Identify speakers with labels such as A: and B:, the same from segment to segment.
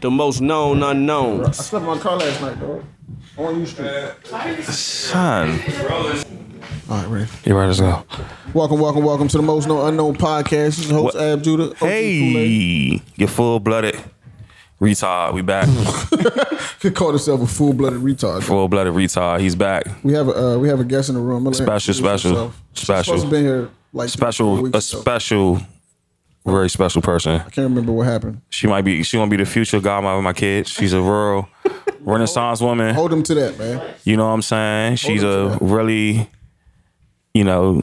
A: the most known unknown.
B: I slept in my car last night, dog. On U Street.
C: Son.
B: All right, ready.
C: You ready to go?
B: Welcome, welcome, welcome to the Most No Unknown podcast. This is your host,
C: What-
B: Ab Judah. OG Kool-Aid.
C: Hey, you full blooded retard. We back.
B: Could call himself a full blooded retard.
C: full blooded retard. He's back.
B: We have a uh, we have a guest in the room. I'll let him
C: Special,
B: introduce
C: special,
B: himself. She's
C: special.
B: supposed to been here like three, four
C: Special,
B: weeks
C: a
B: ago.
C: special, very special person.
B: Can't remember what happened.
C: She might be. She gonna be the future godmother of my kids. She's a rural Renaissance woman.
B: Hold him to that, man.
C: You know what I'm saying? She's
B: on
C: a
B: to that.
C: really, you know,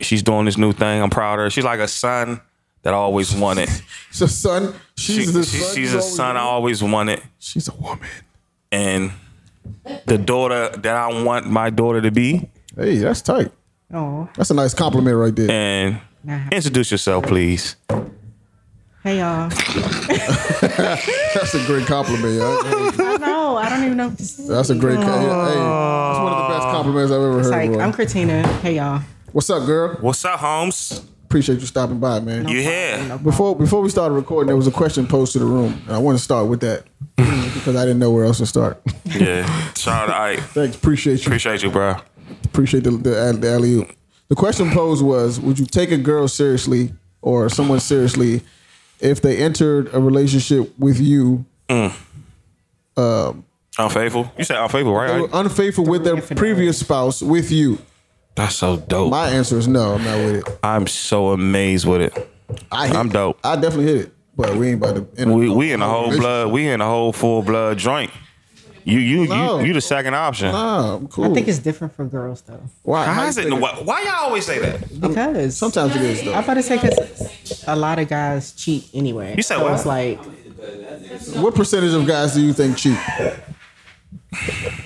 C: she's doing this new thing. I'm proud of her. She's like a son that I always wanted.
B: She's a son. She's
C: She-
B: the
C: she-
B: son.
C: she's
B: you
C: a
B: always
C: son I
B: wanted.
C: always wanted.
B: She's a woman.
C: And the daughter that I want my daughter to be.
B: Hey, that's tight.
D: Oh,
B: That's a nice compliment right there.
C: And
D: nah.
C: introduce yourself, please.
D: Hey y'all.
B: That's a great compliment. Yo.
D: I know. I don't even know. What to say.
B: That's a great. co- Hey, that's one of the best compliments I've ever heard.
D: It's like
B: bro.
D: I'm Katina. Hey y'all.
B: What's up, girl?
C: What's up, Holmes?
B: Appreciate you stopping by, man.
C: You
D: No
C: here?
D: problem.
B: Before before we started recording, there was a question posed to the room, and I want to start with that because I didn't know where else to start.
C: Yeah. Shout out. I
B: Thanks, appreciate you.
C: appreciate you, bro.
B: Appreciate the the, the alley oop. The question posed was: Would you take a girl seriously or someone seriously if they entered a relationship with you
C: Unfaithful. You said unfaithful,
B: they
C: right?
B: were unfaithful with their previous spouse with you?
C: That's so dope.
B: My answer is no. I'm not with it.
C: I'm so amazed with it.
B: I hit
C: I'm
B: it.
C: dope.
B: I definitely hit it, but we ain't about to. enter-
C: We we in a whole blood. We in a whole full blood joint. You you
B: No.
C: you you the second option.
B: Nah, I'm cool.
D: I think it's different for girls though.
B: why?
C: How
B: you
C: is it?
B: think
C: Why, why y'all always say that?
D: Because
B: Sometimes it is though.
D: I'm about to say because a lot of guys cheat anyway.
C: You said
D: so
C: what?
D: It's like
B: What percentage of guys do you think cheat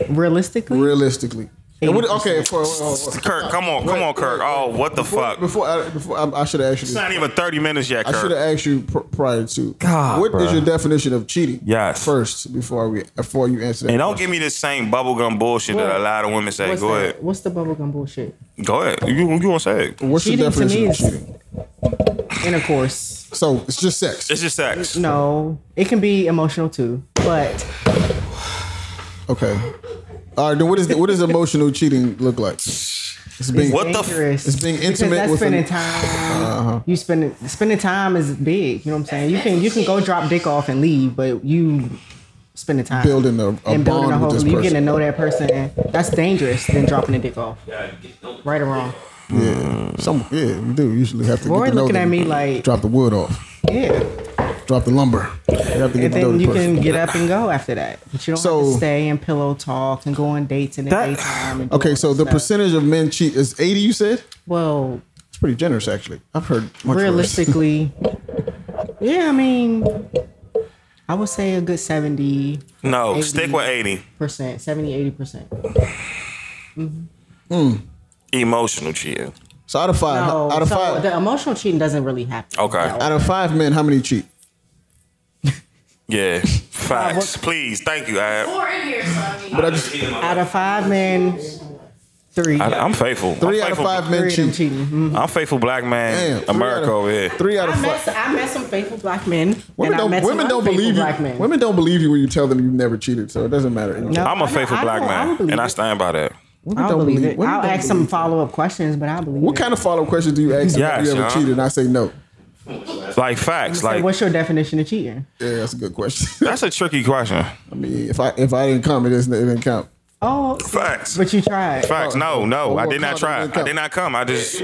D: realistically.
B: realistically? And what, okay, for, for- for-
C: Kirk, come on, come on, Kirk. Oh, what the fuck? It's
B: before I, before I, I should have asked you, this.
C: not even thirty minutes yet,
B: I should
C: Kirk.
B: have asked you pr- prior to.
C: God,
B: what is
C: bruh.
B: your definition of cheating?
C: Yes.
B: First, before we before you answer that.
C: And don't give me this same bubblegum bullshit that a lot of women say.
D: What's
C: Go
D: that?
C: ahead,
D: What's the bubblegum bullshit?
C: go ahead. You you gonna say it?
B: What's your
D: cheating to
B: definition
D: me
B: of
D: is-
B: cheating?
D: Intercourse.
B: So it's just sex.
C: It's just sex.
D: No, it can be emotional too, but
B: Okay. All right. Then what is the, what does emotional cheating look like? It's being
C: What the f-
D: dangerous.
B: it's being
D: Because
B: intimate
D: that's
B: with Uh-huh.
D: spending
B: an-
D: time. You spending spending time is big. You know what I'm saying? You can you can go drop dick off and leave, but you spending time
B: Building a- a bond with this
D: You
B: person.
D: getting to know that person. That's dangerous than dropping a dick off. Right or wrong?
B: yeah. Some yeah. We do usually have to.
D: Roy
B: get to know
D: looking at
B: them.
D: me like-
B: drop the wood off,
D: Yeah.
B: drop the lumber. You have to get
D: And
B: to know
D: then
B: the
D: you
B: person.
D: can get up and go after that, but you don't have
B: So-
D: to stay and pillow talk and go on dates in the
C: That-
D: daytime. And do all
B: Okay, so
D: that
B: the
D: stuff.
B: percentage of men cheat is 80, you said?
D: Well,
B: It's pretty generous, actually. I've heard much realistic.
D: realistically, yeah, I mean, I would say a good 70%,
C: No,
D: 80.
C: stick with eighty.
D: 70,
B: Uh,
D: 80%.
C: Emotional cheating.
B: So out of five,
D: No,
B: out of
D: so
B: five,
D: the emotional cheating doesn't really happen.
C: Okay.
D: No.
B: out of five men, how many cheat?
C: Yeah. Facts. Please. Thank you. Ab.
E: Four in here, so I mean,
B: But I just
D: Out of five men, three.
C: I, I'm faithful.
B: three out
C: I'm
B: of
C: faithful.
B: five men
D: three of them
B: cheat.
D: cheating. Mhm.
C: I'm faithful black
B: Damn,
C: man.
B: three
C: America
B: out of-
C: over here.
B: Three out of
D: I met,
B: five.
D: some, I met some faithful black men.
B: Women
D: and I
B: don't.
D: met some
B: Women don't
D: unfaithful
B: believe you.
D: Black men.
B: Women don't believe you when you tell them you've never cheated. So it doesn't matter.
D: No,
C: I'm a
D: I know-
C: faithful
D: I
C: black
D: know, I
C: man,
D: would believe
C: and I
D: it.
C: stand by that.
B: Women
D: I don't believe it.
B: Women
D: I'll
B: don't
D: ask some
B: believe it.
D: follow up questions, but I believe
B: What
D: it.
B: kind of follow-up questions do you ask them if
C: Yes,
B: you ever
C: huh?
B: cheated? And I say no.
C: Like facts.
D: So
C: Like
D: what's your definition of cheating?
B: Yeah, that's a good question.
C: that's a tricky question.
B: I mean, if I if I didn't come, it doesn't it didn't count.
D: Oh,
C: Facts.
D: but you tried.
C: Facts. No, no, I did not try.
B: Well,
C: I did not come. I just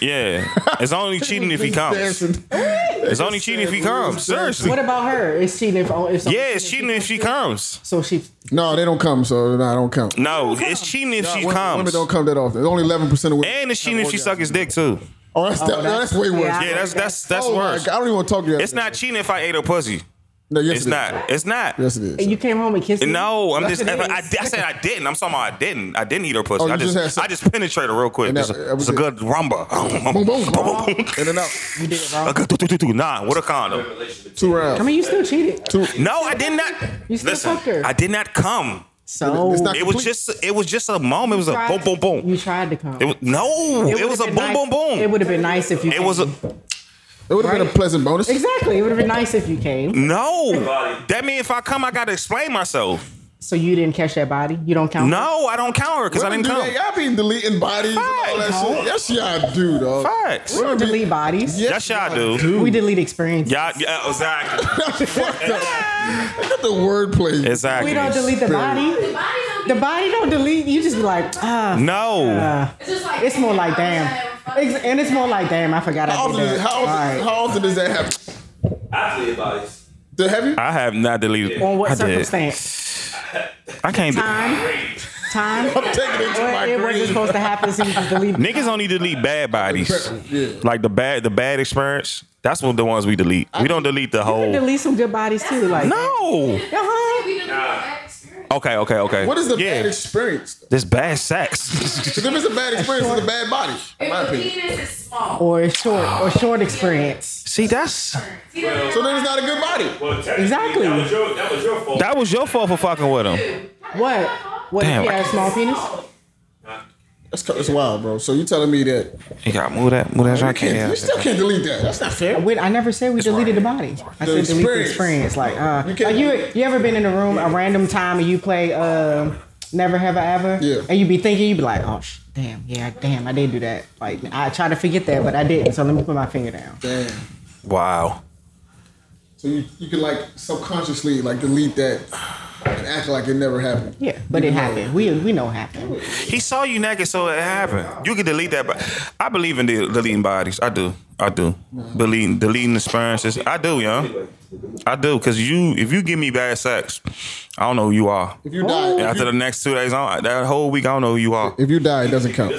C: yeah. It's only cheating if he comes.
B: Dancing.
C: It's only cheating if he comes. Seriously.
D: What about her? Is cheating if, oh, if someone-
C: Yeah, it's cheating if she comes.
D: So she
B: No, they don't come. So no, I don't count.
C: No, it's cheating if she
B: women,
C: comes.
B: women don't come that often. Only eleven percent of women.
C: And it's cheating if she suck his dick too.
B: oh, that's, that- that's,
D: that's-
B: way worse.
D: yeah.
C: Yeah, that's that's that's
B: Oh my
C: worse.
B: God, I don't even want to talk to you.
C: It's not cheating if I ate her pussy.
B: No, yes,
C: It's
B: it is.
C: not. It's not.
B: Yes, it is.
D: you came home and kissed me?
C: No, I'm
D: Yes,
C: just.
D: it
C: I, I,
D: is.
C: I said I didn't. I'm talking about I didn't. I didn't eat her pussy.
B: Oh, you
C: I
B: just
C: just,
B: had sex.
C: I just penetrated real quick.
B: And that-
C: It's
B: that
C: a,
B: was
C: it's a
B: it.
C: good rumba.
B: boom, boom, in and uh, out.
D: You did it wrong.
C: Nah, what a condom.
B: Two rounds.
D: I mean, you still cheated.
B: two.
C: No, I did not.
D: You still
C: Listen,
D: fucked her.
C: I did not come.
D: So
B: It's not-
C: It was just. It was just a moment. It was a boom, boom, boom.
D: You tried to come.
C: It was no. It, was
D: would've
C: a boom,
D: been nice-
C: boom, boom.
D: It would have been nice if you.
C: It was a.
B: It would have been a
D: Right.
B: pleasant bonus.
D: Exactly. It would have been nice if you came.
C: No, that means if I come, I gotta explain myself.
D: So you didn't catch that body. You don't count.
C: No, I don't count her because I
B: Women
C: didn't
B: do
C: come.
B: that. Y'all be deleting bodies and all
C: Facts.
B: that shit. Yes, y'all do, dog.
C: Facts.
D: We don't
B: Women be-
D: delete bodies.
B: Yes,
C: That's y'all do.
D: We delete experiences.
C: Y'all, yeah, exactly,
B: Fucked up. Look at the wordplay.
C: exactly.
D: We don't delete the body.
E: The body don't
D: The
E: get-
D: body don't delete. You just be like, ah.
C: No,
E: It's just like
D: It's more like damn. Ex- And it's more like damn. I forgot
B: How
D: I
B: often,
D: did
B: is,
D: that.
B: how,
D: All
B: often,
D: right.
B: how often does that happen?
F: I tell you about it.
B: The heavy?
C: I have not deleted.
D: On what
C: I did.
D: circumstance?
C: I can't. do-
D: Time. Time.
B: I'm taking it to
D: Or
B: my
D: it wasn't
B: grave.
D: supposed to happen. So you just delete. it.
C: Niggas only delete bad bodies,
B: Yeah.
C: like the bad, the bad experience. That's what the ones we delete. We don't delete the
D: You
C: whole.
D: delete some good bodies too. Like
C: No.
D: Uh-huh.
E: We didn't have that experience.
C: Okay, okay, okay.
B: What is the
C: yeah?
B: bad experience?
C: This bad sex.
B: Because if it's a bad experience, it's a bad body, in my
E: If the
B: opinion.
E: penis is small.
D: Or it's short. Or short experience.
C: See, that's
E: See, that's
B: So then it's not a good body.
F: Well, technically,
D: Exactly.
F: That was your, that was your fault.
C: that was your fault for fucking with him.
D: What? What
C: Damn,
D: if you
C: I
D: had a small penis?
B: That's, co- that's wild, bro. So you telling me that
C: You got move that, move that
B: you,
C: right
B: can't,
C: there.
B: you still can't delete that. That's not fair.
D: We, I never said we deleted the body. I
B: The
D: said delete the
B: experience.
D: experience. Like, uh,
B: You
D: you,
B: can't-
D: like you, you ever been in a room a random time and you play uh, Never Have I Ever?
B: Yeah.
D: And you be thinking, you be like, oh, sh- damn, yeah, damn, I did do that. Like, I tried to forget that, but I didn't. So let me put my finger down.
B: Damn.
C: Wow.
B: So you, you can like subconsciously like delete that and act like it never happened.
D: Yeah, but it happened. We we know it happened.
C: He saw you naked, so it happened. You can delete that. But I believe in de- deleting bodies. I do. I do. Believe deleting experiences. I do, yo. I do, cause you. If you give me bad sex, I don't know who you are.
B: If you die, if
C: After
B: you,
C: the next two days, on that whole week, I don't know who you are.
B: if you die, it doesn't count.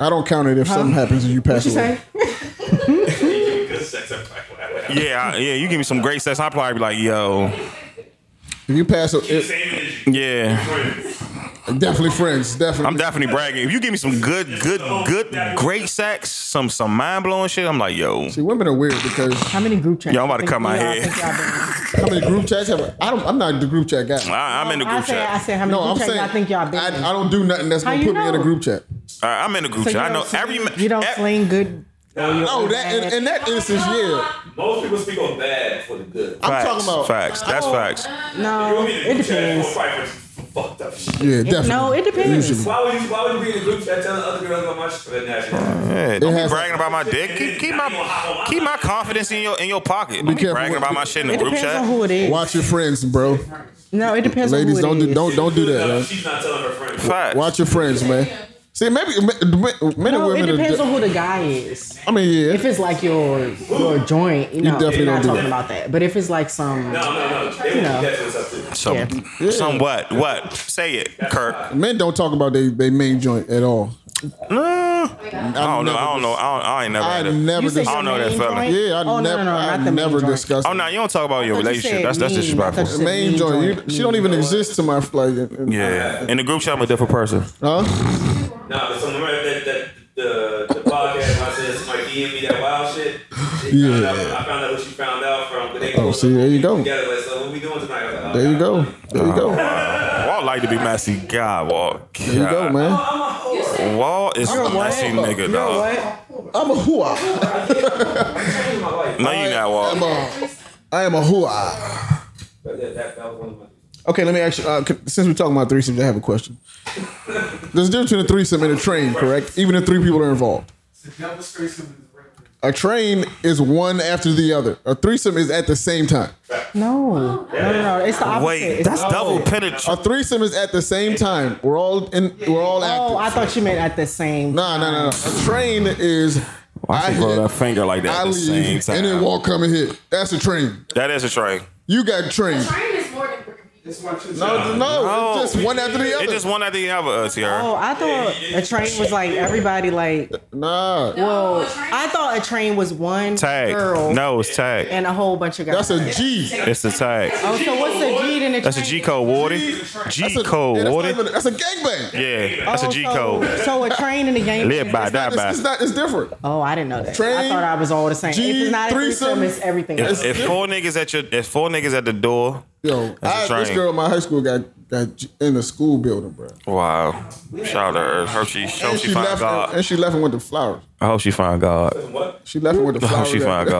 B: I don't count it if something happens and you pass
D: What you
B: away.
D: say?
F: Good sex. I'm like,
C: Yeah, I, yeah. You give me some great sex, I'll probably be like, yo,
B: If you pass, a- it,
F: Same energy.
C: yeah.
F: Friends.
B: definitely friends. Definitely.
C: I'm definitely bragging. If you give me some good, good, good, great sex, some some mind blowing shit, I'm like, yo,
B: See, women are weird because
D: How many group chats?
C: Yo, I'm about to
D: think
C: cut my
D: y'all- I
C: head.
D: think y'all
B: how many group chats have I? I don't. I'm not the group chat guy.
C: I, I'm in the
D: been- I
C: group
D: said, I
C: chat.
D: said, how many
B: No, I'm
D: group chats
B: saying
D: y'all think y'all been? in?
B: I, I don't do nothing that's
D: How
B: gonna
D: you
B: put me in a
D: know?
B: group chat.
C: I, I'm in the group
D: So you
C: chat. I know
D: don't
C: every. e-
D: sling- You don't
C: ev-
D: sling good. Oh,
B: No, Oh, that in, in that instance, yeah.
F: Most people speak on bad for the good.
B: I'm
C: Facts,
B: talking about-
C: facts. That's facts.
D: No, it depends.
F: Fucked up shit.
B: Yeah, definitely.
D: No, it depends.
B: Usually.
F: Why would you? Why would you be in a group chat telling other girls about my shit? That's natural.
C: Yeah, don't
B: It
C: be
B: has-
C: bragging about my dick. Keep, keep my keep my confidence in your in your pocket. Don't be
B: careful
C: bragging
B: what-
C: about my shit in the
D: It
C: group
D: depends on
C: chat.
D: who it is.
B: Watch your friends, bro.
D: No, it depends on who it
B: Ladies,
D: is.
B: don't do don't don't do that. Man.
F: She's not telling her friends.
C: Facct.
B: Watch your friends, man. See, maybe men men and
D: No, it
B: women. Are,
D: depends on
B: di-
D: who the guy is.
B: I mean, yeah.
D: If it's like your your joint, you know,
B: definitely
D: we're
B: don't
D: not
B: do
D: talking
B: that.
D: about that. But if it's like some,
F: No, no, no. They would
D: No.
F: that's what's up to.
C: Some,
D: Yeah.
C: some what? What? Say it, Kirk.
B: Men don't talk about their they main joint at all. Mm.
C: Nah.
B: I
C: I don't know. I don't know. I, don't, I ain't never.
B: I
C: had a-
B: never.
D: you say
B: Dis-
C: I
D: your
C: don't know that
D: main
C: fella.
D: joint?
B: yeah, I
D: oh,
B: never.
D: no, no, no,
B: I
D: not the main
B: never
D: joint.
B: discussed.
C: Oh no, you don't talk about your
D: I thought you
C: relationship.
D: said
C: That's that's
D: mean. I
C: disrespectful.
D: thought you said
B: main
D: mean
B: joint. You-
D: joint.
B: she don't even exist to my like. in-
C: Yeah, in the group chat, I'm a different person.
B: Huh?
F: Nah, but so remember that, that the, the podcast when I said somebody DM me that wild shit. She found
B: Yeah.
F: out, I found out what she found out from. But they
B: Oh, see, there you go.
F: Together, like, so what we doing tonight? I was like, oh,
B: There you
F: God.
B: go. There you go.
C: Wall like to be messy. God, Wall.
B: There you go, man.
C: Wall is a messy nigga, dog.
B: I'm a hua.
C: No, you not
B: I'm
C: Wall.
B: a. I am a hua.
F: But that, that, that was one of my.
B: Okay, let me ask you. Uh, c- since we're talking about threesomes, I have a question. There's a difference between a threesome and a train, correct? Even if three people are involved. A train is one after the other. A threesome is at the same time.
D: No, no, no, no. It's the opposite.
C: Wait,
D: It's
C: that's
D: the
C: double
D: opposite.
B: A
C: penetration.
B: threesome is at the same time. We're all in. We're all active.
D: Oh, I thought you meant at the same.
B: nah, nah, nah, nah. A train is. I
C: Grow that
B: hit.
C: finger like that
B: I
C: at the same
B: leave, and then
C: time.
B: Walt come and hit. That's a train.
C: That is a train.
B: You got train.
E: Train is more than It's more
B: No, no,
C: No.
B: It's just one after the other.
C: It just one after the other, uh, Tiara.
D: Oh, I thought a train was like everybody like.
B: nah,
D: Whoa, I thought a train was one
C: Tag.
D: girl
C: No, it's tag.
D: and a whole bunch of guys.
B: that's a G.
C: It's the tag.
D: oh, so what's a G in the
C: That's a
D: train.
C: G code water.
B: That's a-
C: G code
B: yeah, that's,
C: water.
B: not even, that's a gangbang.
C: Yeah, that's a
D: Oh,
C: G
D: so-
C: code.
D: So, a train in the game.
C: Live by, die
B: It's, it's,
C: by.
B: not, it's different.
D: Oh, I didn't know that.
B: Train,
D: I thought I was all the same.
B: G,
D: if it's not a threesome,
B: threesome.
D: it's everything.
C: If,
D: else.
C: if four niggas at your, if four niggas at the door.
B: Yo, I,
C: That's a
B: this
C: train.
B: girl in my high school got got j- in the school building, bro.
C: Wow. Shout out to her. Hope she, hope
B: And
C: Oh, she
B: she
C: find
B: left.
C: God.
B: And she left and went to flowers.
C: I hope she find God.
F: What?
B: She left and went to
C: I hope
B: flowers.
C: Oh, she find
B: after,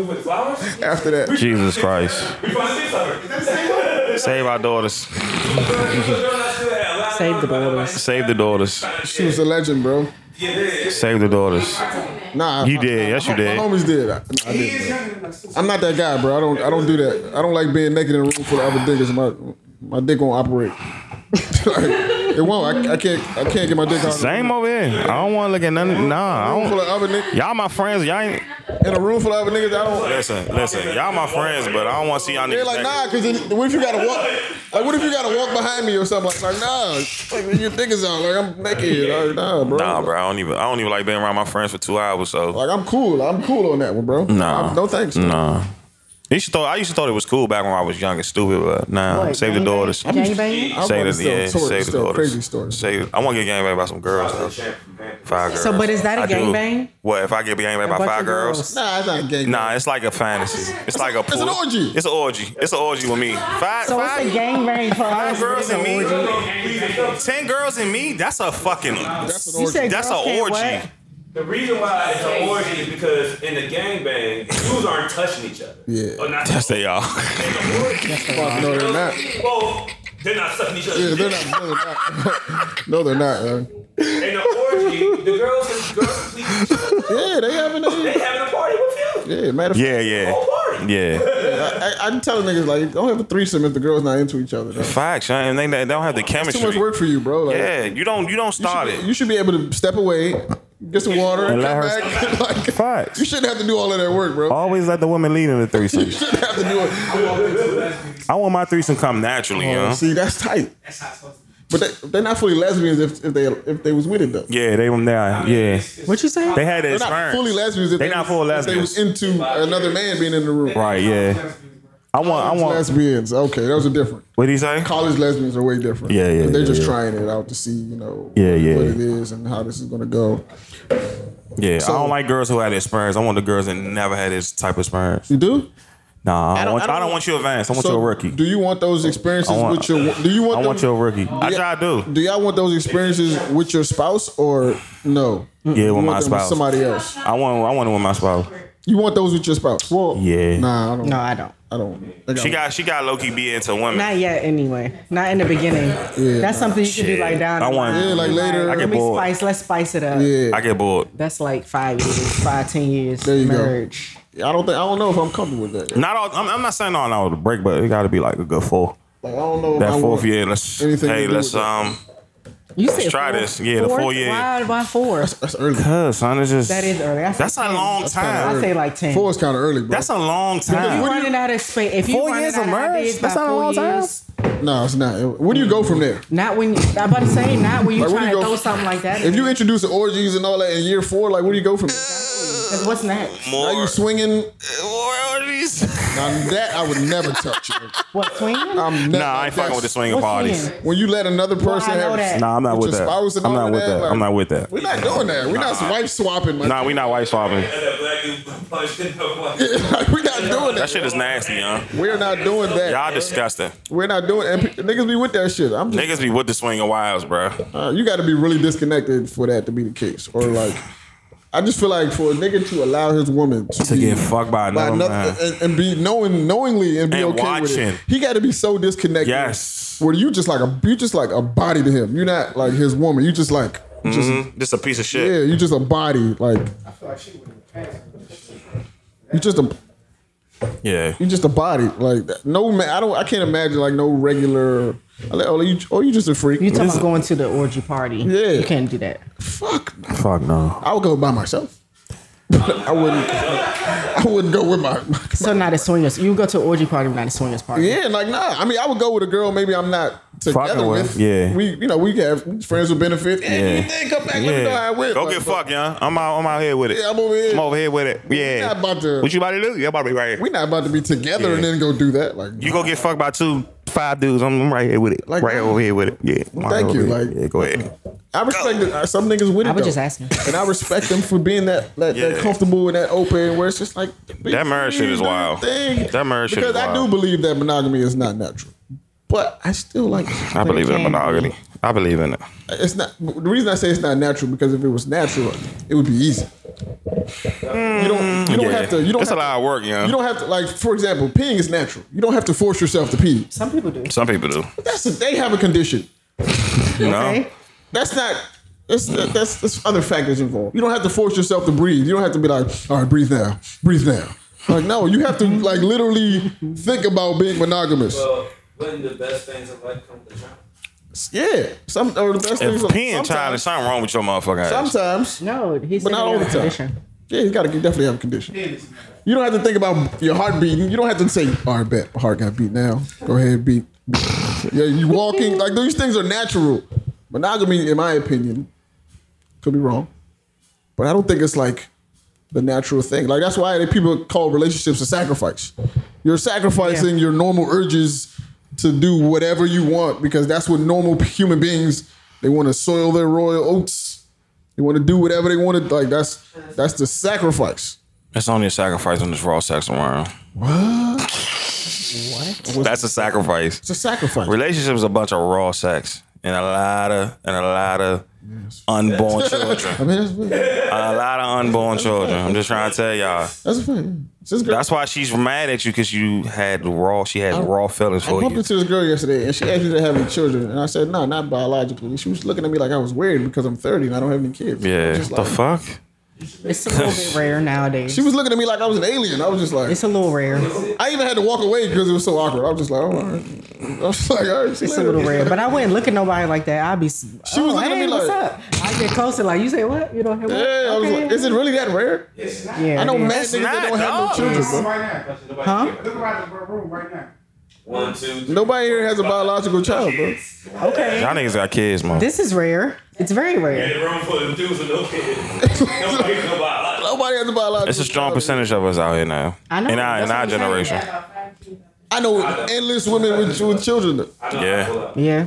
C: God.
F: With flowers?
B: after that,
C: Jesus Christ.
F: We found six of her.
C: Save our daughters.
D: Save the daughters.
C: Save the daughters.
B: she was a legend, bro.
C: Save the daughters.
B: Nah,
C: You
B: I-
C: did. Yes, you
B: My
C: did.
B: homies did. I, no, I didn't, bro. I'm not that guy, bro. I don't. I don't do that. I don't like being naked in a room full of other diggers. My my dick won't operate. Like, it won't. I, I can't. I can't get my dick out.
C: Same over here. I don't want to look at nothing. Nah, I
B: Full
C: don't.
B: of other niggas,
C: Y'all my friends. Y'all ain't.
B: in a room full of other niggas. I don't.
C: Listen, listen. Y'all my friends, but I don't want to see y'all
B: They're
C: niggas.
B: like,
C: naked.
B: nah, because what if you gotta walk? Like, what if you gotta walk behind me or something? Like, like nah, like, your dick is out. Like, I'm naked. Like, nah, bro.
C: Nah, bro. I don't even. I don't even like being around my friends for two hours. So
B: Like, I'm cool. I'm cool on that one, bro.
C: Nah.
B: I'm- no thanks.
C: nah. You used to thought, I used to thought it was cool back when I was young and stupid, but nah.
D: What,
C: save the
D: gangbang?
C: daughters.
D: Gangbang?
B: I
C: Save
B: wanna
C: the
B: tell
C: yeah.
B: stories,
C: Save the
B: tell
C: daughters.
B: Crazy stories.
C: Save. I want to get gangbang by some girls. Though. Five girls.
D: So, but is that a
C: I do.
D: gangbang?
C: What if I get gangbang by
D: bunch
C: five
D: of
C: girls?
D: girls.
B: Nah, it's not a gang.
C: Nah, it's like a fantasy. It's like a.
B: It's an
C: pool.
B: orgy.
C: It's an orgy. It's an orgy with me. Five,
D: So
C: five,
D: it's a gangbang for us.
C: girls and me.
D: Orgy.
C: Ten girls and me. That's a fucking.
B: That's an
D: You
B: orgy.
D: said
C: That's an
D: girls can't
C: orgy.
D: what?
F: The reason why it's an orgy is because in the gangbang, dudes aren't touching each other.
B: Yeah.
F: Or not
C: That's they y'all.
B: Fuck, no, they're not.
F: Well, they're not sucking each other.
B: Yeah, they're not. No, they're not. no, they're not. uh,
F: In the orgy, the girls and girls sleep each other.
B: Yeah, they having
F: They
B: a.
F: having a party with you.
B: Yeah, matter of
C: Yeah,
F: A
C: yeah,
F: whole party.
C: yeah.
B: fact, I, I, I'm telling niggas like, don't have a threesome if the girl's not into each other. Though. It's
C: Facts, man. They, they don't have the
B: too much
C: chemistry.
B: work for you, bro. Like,
C: Yeah, you don't. You don't start
B: you should,
C: it.
B: you should be able to step away, get some water,
C: And
B: and
C: let
B: come
C: her-
B: back. like,
C: Facts.
B: You shouldn't have to do all of that work, bro.
C: Always let the woman lead in the threesome.
B: You shouldn't have to do it.
C: I want my threesome come naturally, you know?
B: Oh, See, that's tight. But they, they're not fully lesbians if, if they if they was with it though.
C: Yeah, they were there. Yeah,
D: What you say?
C: they had
B: They're
C: it.
B: not fully lesbians if
C: They
B: they,
C: not
B: was-
C: full
B: if They was into another man being in the room.
C: Right. Yeah. I want. I want.
B: lesbians. Okay, those are different.
C: What did he say?
B: College lesbians are way different.
C: Yeah, yeah,
B: They're
C: yeah,
B: just
C: yeah.
B: trying it out to see, you know,
C: Yeah, yeah.
B: what it is and how this is gonna go.
C: Yeah, I
B: So-
C: don't like girls who had experience. I want the girls that never had this type of experience.
B: You do?
C: Nah, I,
D: don't-
C: want, I,
D: I
C: don't,
D: don't
C: want you advanced. I want you a rookie.
B: Do you want those experiences
C: I want-
B: with your? Do you want?
C: I
B: them-
C: want you a rookie. I try to do.
B: Do y'all want those experiences with your spouse or no?
C: Yeah,
B: You
C: with
B: want
C: my
B: them with
C: spouse.
B: Somebody else.
C: I want. I want it with my spouse.
B: You want those with your spouse? Well,
C: Yeah.
B: Nah, I don't.
D: No, I don't.
B: I don't. I
C: She got. She got low key be into women.
D: Not yet, anyway. Not in the beginning. That's something you should do
C: Shit.
D: like down.
C: I
D: the
C: want-
D: line.
B: Yeah, like later. I
D: Let
C: get
D: me
C: bored.
D: spice. Let's spice it up.
B: Yeah,
C: I get bored.
D: That's like five years, five ten years
B: There you go.
D: marriage.
B: I don't think I don't know if I'm comfortable with that.
C: Not all. I'm, I'm not saying all out of the break, but it got to be like a good four.
B: Like I don't know. If I
C: That fourth
B: want,
C: year. Let's.
B: Anything
C: hey,
B: to do
C: let's
B: with that.
C: um.
D: You said
C: try
D: four-
C: this. Yeah, the
D: four?
C: four year.
D: Why? Why four?
B: That's early.
C: Huh, son, it's just.
D: That is early. I say
C: That's a
D: 10.
C: long
B: kinda
D: I
C: time.
D: say like ten.
B: Four is kind of early, bro.
C: That's a long
D: You
C: time.
D: running out of space. If you
C: Four
D: running
C: years
D: out
C: of
D: of
C: marriage?
D: ideas
C: That's
D: by
C: not a
D: four
C: long time.
D: years,
B: no, it's not. Where do you go from there?
D: Not when I'm about to say. Not when you
B: Like, where
D: trying
B: you
D: to
B: go-
D: throw something like that.
B: If you introduce the orgies and all that in year four, like where do you go from there?
D: Because what's next?
C: More.
B: Are you swinging?
C: More of these.
B: Now that I would never touch. You.
D: What swinging?
B: I'm never,
C: Nah, I ain't fucking with the swinging
D: What's
C: parties.
D: swinging?
B: When you let another person
D: I know
B: have,
D: that.
C: Nah, I'm not
B: With
C: with
B: your
C: that.
B: spouse and
C: I'm
B: all
C: not
B: of
C: with
B: that,
C: that.
B: like-
C: I'm not with that.
B: we're not doing that. We're not wife swapping. My
C: Nah, we not wife swapping.
F: That black dude punching the white.
B: like, we're not doing
C: That
B: that.
C: shit is nasty, huh?
B: We're not doing that.
C: Y'all disgusting.
B: We're not doing. And p- niggas be with that shit. I'm just.
C: Niggas be with the swinging wives, bro.
B: Uh, you got to be really disconnected for that to be the case, or like, I just feel like for a nigga to allow his woman to,
C: To
B: be-
C: get fucked by
B: by
C: another man.
B: another, uh, and, and be knowing knowingly and be
C: And
B: okay with
C: watching.
B: it. He got to be so disconnected.
C: Yes.
B: where you just like a you just like a body to him. You're not like his woman. You just like
C: Mm.
B: just
C: Just a piece of
B: yeah.
C: shit.
B: You just a body like you just a
C: Yeah.
B: you just a body like that. no man. I don't. I can't imagine like no regular. Like, oh, you oh you just a freak.
D: You talking
C: This-
D: about going to the orgy party?
B: Yeah.
D: you can't do that.
B: fuck. no.
C: Fuck no.
B: I would go by myself. I wouldn't. I wouldn't go with my.
D: So not a swingers. You go to an orgy party, but not a swingers party.
B: yeah, like nah. I mean, I would go with a girl. Maybe I'm not together
C: Fucking with,
B: with.
C: yeah.
B: We, you know, we can have friends with benefits. Yeah.
C: Yeah.
B: You did come back. Let me know how
C: Yeah.
B: it went.
C: Go
B: Like,
C: get
B: but
C: fucked, young. I'm out. I'm out here with it.
B: Yeah, I'm over here.
C: I'm over here with it. Yeah.
B: not about to-
C: What you about to do? You about to be right here.
B: We not about to be together
C: Yeah.
B: and then go do that. Like
C: You go get fucked by two five dudes. I'm, I'm right here with it.
B: Like,
C: right over here with it. Yeah.
B: Well,
C: right
B: thank
C: over
B: you,
C: here.
B: like-
C: yeah, go ahead.
B: I respect that uh, some niggas with it.
D: I was
B: though.
D: just asking.
B: and I respect them for being that that, that
C: Yeah.
B: comfortable and that open, where it's just like
C: That marriage shit is
B: do your
C: wild.
B: Thing.
C: That marriage shit
B: because
C: is
B: I
C: wild.
B: do believe that monogamy is not natural, but I still like it.
C: I believe in
D: can be.
C: monogamy. I believe in it.
B: it's not. The reason I say it's not natural because if it was natural, it would be easy. you don't. You don't
C: yeah.
B: have to. You don't.
C: It's a
B: have
C: lot
B: to,
C: of work, yeah.
B: You don't have to. Like for example, peeing is natural. You don't have to force yourself to pee.
D: Some people do.
C: Some people do.
B: That's a, they have a condition.
C: You know?
D: Okay.
B: That's not. That's, that's that's other factors involved. You don't have to force yourself to breathe. You don't have to be like, all right, breathe now, breathe now. Like no, you have to like literally think about being monogamous.
F: Well, wouldn't the best things in life come with the challenge?
B: Yeah, some or the best
C: If
B: things.
C: peeing child,
B: sometimes,
C: there's something wrong with your motherfucker. ass.
B: sometimes,
D: No, he's
B: but not all the time. Yeah, he's got to definitely have a condition. You don't have to think about your heart beating. You don't have to say, all right, bet my heart got beat now. Go ahead, beat. yeah, you walking like these things are natural. Monogamy, in my opinion, could be wrong, but I don't think it's like the natural thing. Like that's why people call relationships a sacrifice. You're sacrificing your normal urges to do whatever you want because that's what normal human beings they want to soil their royal oats. They want to do whatever they want to. Like that's that's the sacrifice.
C: It's only a sacrifice on this raw sex around. What? That's a sacrifice.
B: It's a sacrifice.
C: Relationship is a bunch of raw sex and a lot of and a lot of unborn children.
B: I mean, that's weird.
C: a lot of unborn children. I'm just trying to tell y'all.
B: That's a fact. yeah. So This girl,
C: That's why she's mad at you because you had raw. She had raw feelings
B: I
C: for
B: bumped
C: you.
B: into this girl yesterday, and she asked me to have any children, and I said no, not biologically. She was looking at me like I was weird because I'm 30 and I don't have any kids. I
C: Yeah.
B: was
C: What
B: just
C: the
B: like-
C: fuck?
D: It's a little bit rare nowadays.
B: She was looking at me like I was an alien. I was just like,
D: it's a little rare.
B: I even had to walk away because it was so awkward. I was just like, oh, all right. I was like, all right. see you
D: It's a
B: later.
D: little rare, but I wouldn't look at nobody like that. I'd be. She
B: She was looking at
D: hey,
B: me
D: what's
B: like-
D: up? I get closer, like you say, what? You don't hear what?
B: Yeah, I was like, is it really that rare?
D: Yeah,
B: I know
D: it
B: mad niggas
D: is.
B: that don't have no children, bro.
G: right now.
D: Huh?
G: Look around the room right now.
F: One, two, three.
B: Nobody here has a biological child, bro.
D: Okay.
C: Y'all niggas got kids, man.
D: This is rare. It's very rare.
F: In the room full of dudes and no kids. Nobody, nobody.
B: Nobody has a biological.
C: It's a strong
B: child.
C: percentage of us out here now.
D: I know,
C: In our, in
D: that's
C: our
D: what I'm saying.
C: generation.
B: I know endless women with, with children.
C: Yeah.
D: Yeah.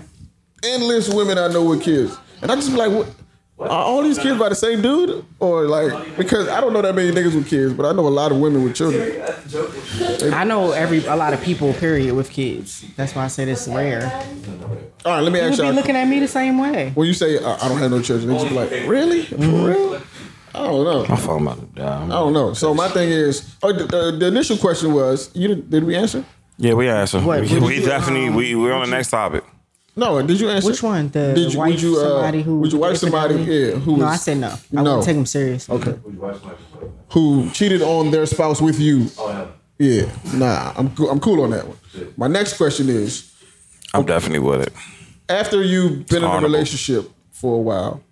B: endless women I know with kids, and I just be like, what? Are all these kids by the same dude, or like because I don't know that many niggas with kids, but I know a lot of women with children.
D: I know every a lot of people. Period with kids. That's why I said it's rare.
B: All right, let me
D: You would
B: ask
D: be
B: y'all.
D: looking at me the same way.
B: when you say I, I don't have no children, they just be like, really? For
D: Mm-hmm.
B: real? I don't know.
C: I'm fucking about to die.
D: Oh.
B: I don't know. So my thing is, oh, the, the, the initial question was, you didn't, did we answer?
C: Yeah, we answer.
D: What,
C: we
D: would
C: we
D: you,
C: definitely we we're on the next topic.
B: No, did you answer?
D: Which one? The
B: Did you-
D: wife,
B: would you, uh,
D: somebody who
B: would you wife somebody,
D: infidelity?
B: yeah, who
D: no,
B: was-
D: I said no. I
B: No.
D: wouldn't take them serious.
B: Okay. Who cheated on their spouse with you? Yeah, nah, I'm coo- I'm cool on that one. My next question is,
C: I'm definitely with it.
B: after you've been in a
C: honorable.
B: relationship for a while,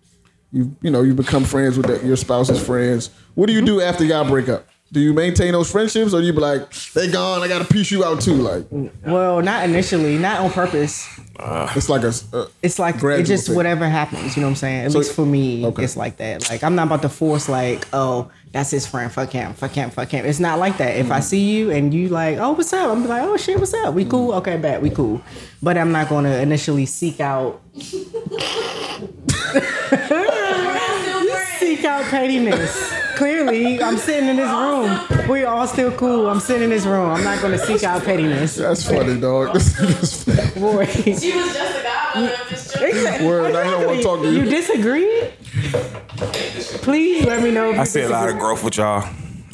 B: you you know you become friends with that, your spouse's friends. What do you do after y'all break up? Do you maintain those friendships, or do you be like, they gone? I gotta piece you out too. Like
D: Well, not initially, not on purpose.
B: it's like a s- uh,
D: It's like
B: Gradual
D: it just
B: thing.
D: whatever happens. You know what I'm saying? At least for me,
B: okay.
D: it's like that. Like I'm not about to force. Like oh, that's his friend. Fuck him. Fuck him. Fuck him. It's not like that. If
B: Mm.
D: I see you and you like oh what's up, I'm like oh shit what's up. We cool. Okay, bet we cool. But I'm not gonna initially seek out seek out pettiness. Clearly, I'm sitting in this room. We're all still cool. I'm sitting in this room. I'm not gonna seek out pettiness.
B: that's funny, dog.
D: Boy.
E: She was just a godmother of this children.
D: Exactly.
B: Word, I don't wanna talk to you.
D: You disagree? Please let me know. If
C: I
D: you
C: see a lot of growth with y'all.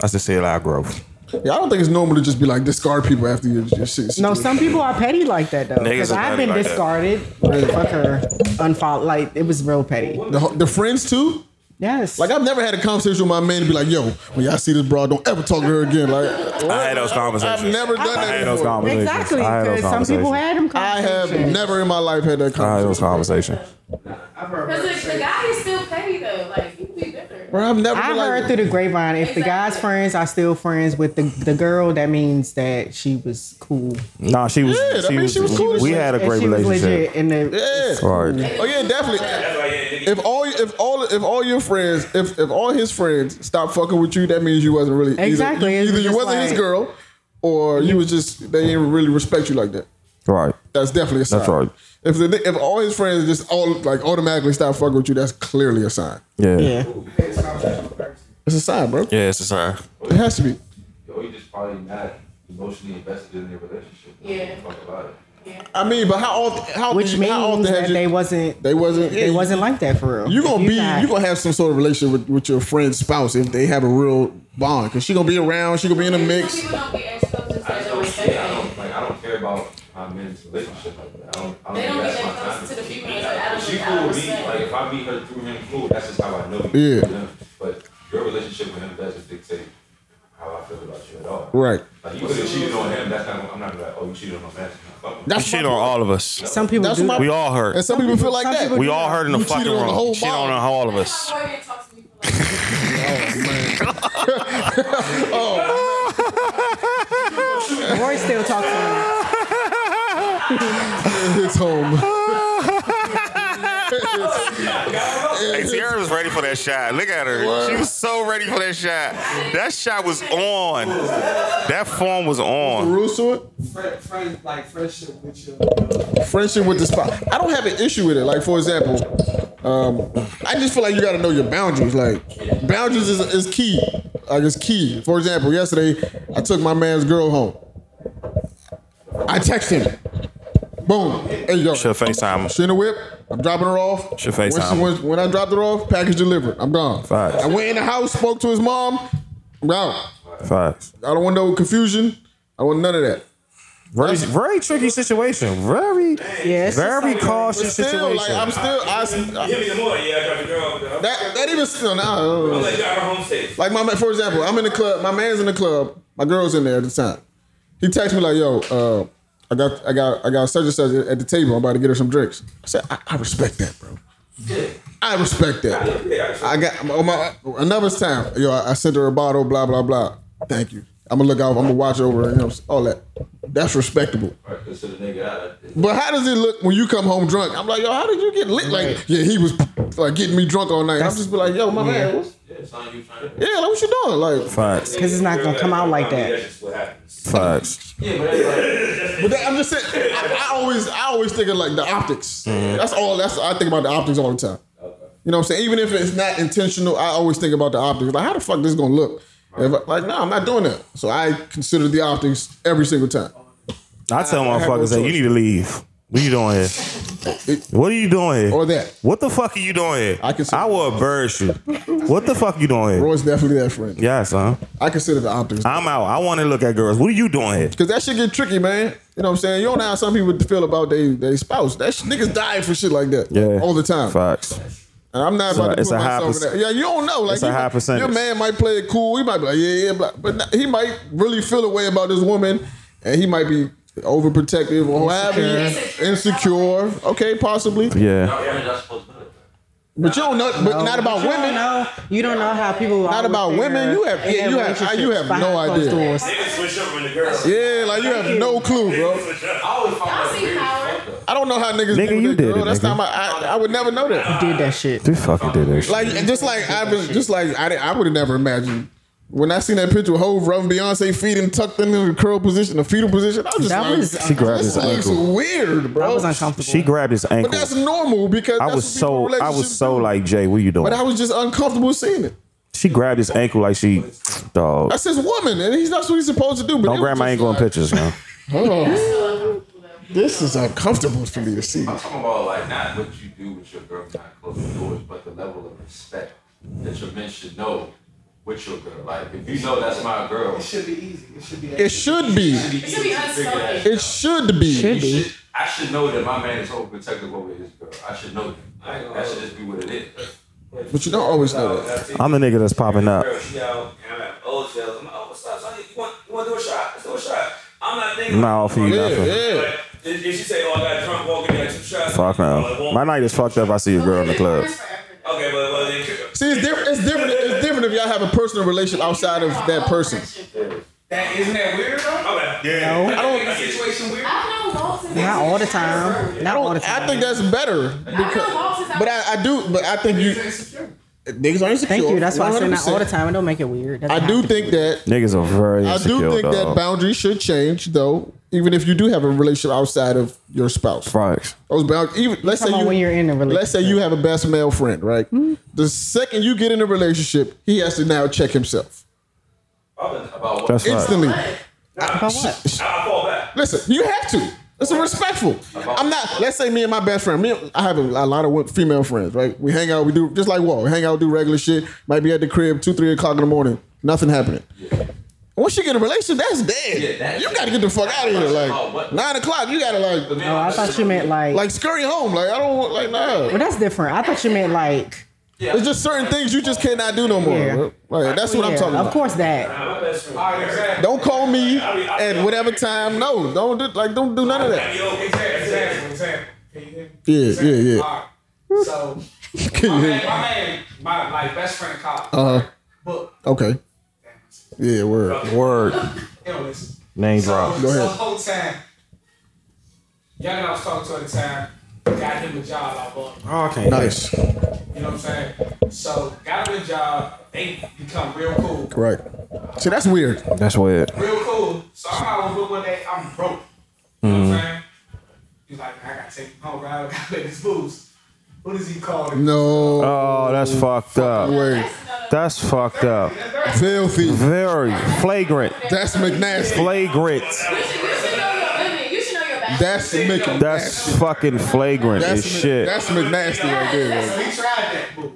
C: I just see a lot of growth.
B: yeah, I don't think it's normal to just be like discard people after your, your shit.
D: No, some people are petty like that though.
C: Niggas
D: Because
C: are
D: I've
C: petty
D: been
C: like that.
D: discarded. Like, fuck her. Unfollow. Like it was real petty.
B: the, ho- the friends too.
D: Yes.
B: Like I've never had a conversation with my man to be like, yo, when y'all see this broad, don't ever talk to her again. Like
C: I had those
B: I've
C: conversations.
B: never done
C: I
B: that.
C: had those
B: before.
C: conversations.
D: exactly.
C: I had
D: Because
C: those
D: some
C: conversations.
D: people had them.
B: I have
D: conversations.
B: never in my life had that
C: I had those
B: conversation.
C: conversations.
E: Because the, the guy is still petty though. Like you be bitter.
B: Bro, I've never
D: I
B: been like
D: heard
B: that.
D: through the grapevine if the guy's friends are still friends with the, the girl, that means that she was cool.
C: Nah, she was.
B: Yeah, I
C: she,
B: mean,
C: was,
B: she was cool as
C: We
B: shit.
C: had a
D: And
C: great
D: she was
C: relationship.
D: legit. And the,
B: Yeah.
C: Right.
B: Oh yeah, definitely. If all if all if all your friends if if all his friends stop fucking with you, that means you wasn't really either-
D: Exactly.
B: you-
D: It's
B: Either, you
D: just
B: wasn't his
D: like-
B: girl, or you was just they didn't really respect you like that.
G: Right.
B: That's definitely a sign.
G: That's right.
B: If the, if all his friends just all like automatically stop fucking with you, that's clearly a sign.
G: Yeah.
D: Yeah.
B: It's a sign, bro.
C: Yeah, it's a sign.
B: It has to be.
H: Yo, you just probably not emotionally invested in your relationship.
E: Yeah.
H: Talk about it.
B: I mean, but how often? How
D: Which
B: how
D: means
B: often
D: that
B: has you-
D: they wasn't
B: they wasn't
D: they wasn't like that for real.
B: You're gonna
D: If
B: be
D: not-
B: you're gonna have some sort of relationship with, with your friend's spouse if they have a real bond because she gonna be around, she gonna be in the
E: Some
B: mix.
E: people don't get exposed to
H: I just
E: sexual
H: don't shit. I
E: attraction.
H: don't like. I don't care about my men's relationship like that. I don't. I don't
E: They don't get
H: invest my
E: that
H: time.
E: close to the people
H: in-
E: that I
H: If she
E: don't
H: cool with me.
E: respect.
H: Like if I meet her through him, cool. That's just how I know you.
B: Yeah.
H: you know? But your relationship with him doesn't dictate how I feel about you at all.
B: Right.
H: Like you could have cheated on him. That's not. I'm not gonna be like, oh, you cheated on my man. Fuck
C: You
B: That's
C: shit
B: my
C: on
B: point.
C: all of us.
D: some people
B: That's
D: do.
B: my-
C: We all hurt.
B: And some people feel like
D: Some
B: that.
D: people
C: We all hurt in the
B: You
C: fucking
B: cheated on the whole
C: room. Shit on
B: bottle.
C: all of
E: That's
C: us.
E: why Morgan talks to me for like,
D: Roy still talks to
B: It's home.
C: Hey, Sierra was ready for that shot. Look at her. She was so ready for that shot. That shot was on. That form was
B: The
C: on.
B: rules to it.
I: Friend, friend, like friendship with your. Uh,
B: Friendship with the spouse. I don't have an issue with it. Like for example, um, I just feel like you gotta know your boundaries. Like boundaries is, is key. Like it's key. For example, yesterday I took my man's girl home. I texted him. Boom. Hey yo.
C: Should FaceTime.
B: She in the whip. I'm dropping her off.
C: She face
B: when,
C: time.
B: when, when I dropped her off, package delivered. I'm gone.
G: Facts.
B: I went in the house, spoke to his mom. I'm out.
G: Facts.
B: I don't want no confusion. I want none of that.
G: Very, very tricky situation. Very,
D: him. Yeah, it's just
G: very
D: like-
G: cautious
B: Still,
G: situation.
B: like I'm still. I, I-
F: Give me the more. Yeah, I got the girl. over there.
B: that that even still. Nah, I don't
F: I'm
B: know.
F: gonna let y'all go home safe.
B: like my man- for example, I'm in the club. My man's in the club. My girl's in there at the time. He texts me like, "Yo, uh, I got, I got, I got such and such at the table. I'm about to get her some drinks." I said, "I, I respect that, bro. I respect that."
F: Yeah, I-
B: I got oh my, another time. Yo, I, I sent her a bottle. Blah blah blah. Thank you. I'm gonna look out. I'm gonna watch over her. You know, all that. That's respectable.
H: Because to the nigga, I,
B: But how does it look when you come home drunk? I'm like, yo, how did you get lit? Like, yeah, he was like getting me drunk all night. I'm just be like, yo, my man, what's,
H: yeah, it's not you trying to.
B: yeah, like, what you doing? Like,
G: Facts.
D: Cause it's not gonna come out like
F: That's
D: that.
F: just what happens.
G: Facts.
H: Yeah, but that's like.
B: but that, I'm just saying, I, I always, I always think of like the optics. That's all. That's I think about the optics all the time. You know what I'm saying? Even if it's not intentional, I always think about the optics. Like, how the fuck this gonna look? If I- like, no, I'm not doing that. So I consider the optics every single time.
G: I tell
B: I have no
G: motherfuckers that you
B: choice.
G: need to leave. What you doing here? What are you doing here?
B: Or that.
G: What the fuck are you doing here?
B: I
G: I,
B: consider-
G: will embarrass you. what the fuck you doing here?
B: Roy's definitely that friend.
G: Yeah, son.
B: I consider the optics.
G: I'm out. I want to look at girls. What are you doing here?
B: Cause that shit get tricky, man. You know what I'm saying? You don't know how some people feel about they they spouse. That sh- niggas die for shit like that. All the time.
G: Facts.
B: And I'm not about
G: a-
B: to
G: it's
B: put
G: a high
B: myself
G: perc-
B: in that. Yeah, you don't know. Like
G: it's a
B: you-
G: high percentage.
B: Your man might play it cool. He might be like, yeah, yeah, blah. but not- he might really feel a way about this woman, and he might be overprotective or whatever.
E: Insecure.
B: Insecure. Okay, possibly.
G: Yeah.
H: You're not supposed to know that.
B: But you don't know. But not about
D: You
B: women.
D: don't know. You don't know how people. are
B: Not about
D: with
B: women.
D: their-
B: You have-
D: in
B: yeah,
D: their
B: you have- you have
D: relationships
B: no
D: behind closed
B: idea.
D: doors.
F: Niggas switch up on the girl.
B: Yeah, like you have no clue, bro.
H: I always find
E: Y'all
H: that
E: see
H: weird.
E: power?
B: I don't know how niggas.
G: Nigga,
B: do
G: you
B: that,
G: did
B: girl.
G: it,
B: That's
G: nigga.
B: not my. I, I would never know that.
D: Did that shit.
G: You fucking did this.
B: Like just like I was, just like I, didn't- I would have never imagined when I seen that picture of Hov rubbing Beyonce feet and tucked in the curl position, the fetal position. I was just
D: That
B: like,
D: was-
B: this
D: She
G: grabbed his
B: looks
G: ankle.
B: weird, bro.
D: I was uncomfortable.
G: she grabbed his ankle.
B: But that's normal because
G: I
B: that's
G: was
B: what people
G: so
B: in
G: I was
B: relationships
G: so
B: do.
G: like Jay, what you doing?
B: But I was just uncomfortable seeing it.
G: she grabbed his ankle like she dog.
B: That's his woman, and he's that's what he's supposed to do. But
G: Don't
B: it was
G: grab my
B: just
G: ankle in
B: like,
G: pictures, man.
B: This is uncomfortable for me to see.
H: I'm talking about like not what you do with your girl behind closed doors, but the level of respect that your men should know with your girl. Like if you know that's my girl,
I: it should be easy. It should be.
B: It should be.
H: should be
E: should be
H: easy to figure that
E: unspoken.
B: It should be.
D: Should
H: You
D: be.
H: should, I should know that my man is overprotective over his girl. I should know that. Like, that should just be what it is.
B: But you don't always know that.
G: I'm the nigga that's popping up.
F: Girl, she out, and I'm at old jail. I'm like, oh, what's up, son? You want, you want to do a shot? Let's do a shot. I'm not thinking.
G: Nah, I'll feed you
B: Yeah,
G: nothing.
B: yeah.
F: Like, if, if she say, oh, I got drunk walking, got two shots.
G: Fuck
F: I'm
G: no.
F: like,
G: My night is fucked up. I see a girl in the club.
F: Okay, but, but then,
B: See, it's different. It's different. It's different if y'all have a personal relation outside of that person.
I: That isn't that weird though.
F: okay. Yeah.
D: No,
F: I don't
I: That situation weird.
E: I've known Walt since
D: not all the time. Not all the time.
B: I think that's better
E: I've known
B: because.
E: Walt since I
B: But I, I do, but I think you niggas are insecure.
D: Thank you. That's why I say not all the
B: 100%.
D: time. It don't make it weird. It doesn't
B: I
D: have
B: do
D: to be
B: think
D: weird.
B: that
G: Niggas are very
B: I
G: insecure.
B: do think that
G: dog.
B: boundaries should change though. even if you do have a relationship outside of your spouse.
C: Facts.
B: Those bound- even let's say
D: talking about
B: you,
D: when you're in a Hmm?
B: Let's say you have a best male friend, right? The second you get in a relationship, he has to now check himself
H: About what?
G: That's right.
B: instantly.
D: About what?
F: I fall back.
B: Listen, you have to. It's a respectful. I'm not. Let's say me and my best friend. Me, and- I have a, a lot of wo- female friends, right? We hang out. We do just like what we hang out, do regular shit. Might be at the crib two, three o'clock in the morning. Nothing happening. Once you get in a relationship, that's dead.
H: Yeah, that's
B: you
H: it.
B: got to get the fuck out of here.
H: Oh,
B: Like
H: what?
B: nine o'clock, you got to like
D: Oh, I thought you meant like.
B: like scurry home. Like I don't want like nah.
D: well, that's different. I thought you meant like.
B: It's just certain things you just cannot do no more.
D: Yeah.
B: bro. Like that's what I'm
D: Yeah,
B: talking
D: Of
B: about.
D: course, that.
F: My best friend. All right, exactly.
B: Don't call me at whatever time. No, don't do, like don't do none of that.
F: Yo,
I: Exactly, exactly, exactly. Can you hear me?
B: Yeah, yeah,
I: Exactly.
B: yeah.
I: All right. So, my man, my man, my like best friend in college.
B: Uh,
I: But
B: okay. Yeah, word.
G: Word.
B: Oh,
I: anyways,
G: Name drop.
I: so,
B: Go
I: so
B: ahead.
I: the whole time, young I was talking to at the time, got him a job. I bought.
G: Okay.
B: Nice.
I: You know what I'm saying? So got him a job. They become real cool.
B: Right. See, that's weird.
G: That's weird.
I: real cool. So I'm out with Luke one day. I'm broke. You
G: Mm-hmm.
I: know what I'm saying? He's like, I gotta take him home, right? I gotta pay this booze. What does he call it?
B: No
G: Oh, that's fucked up.
B: way.
G: That's fucked up.
B: Filthy.
G: Very flagrant.
B: That's McNasty.
G: Flagrant.
E: You should, you should know your limit. You should know your boundaries.
B: That's McNasty.
G: That's fucking flagrant
B: that's,
G: as shit.
B: that's McNasty right there. bro.
I: We tried that move.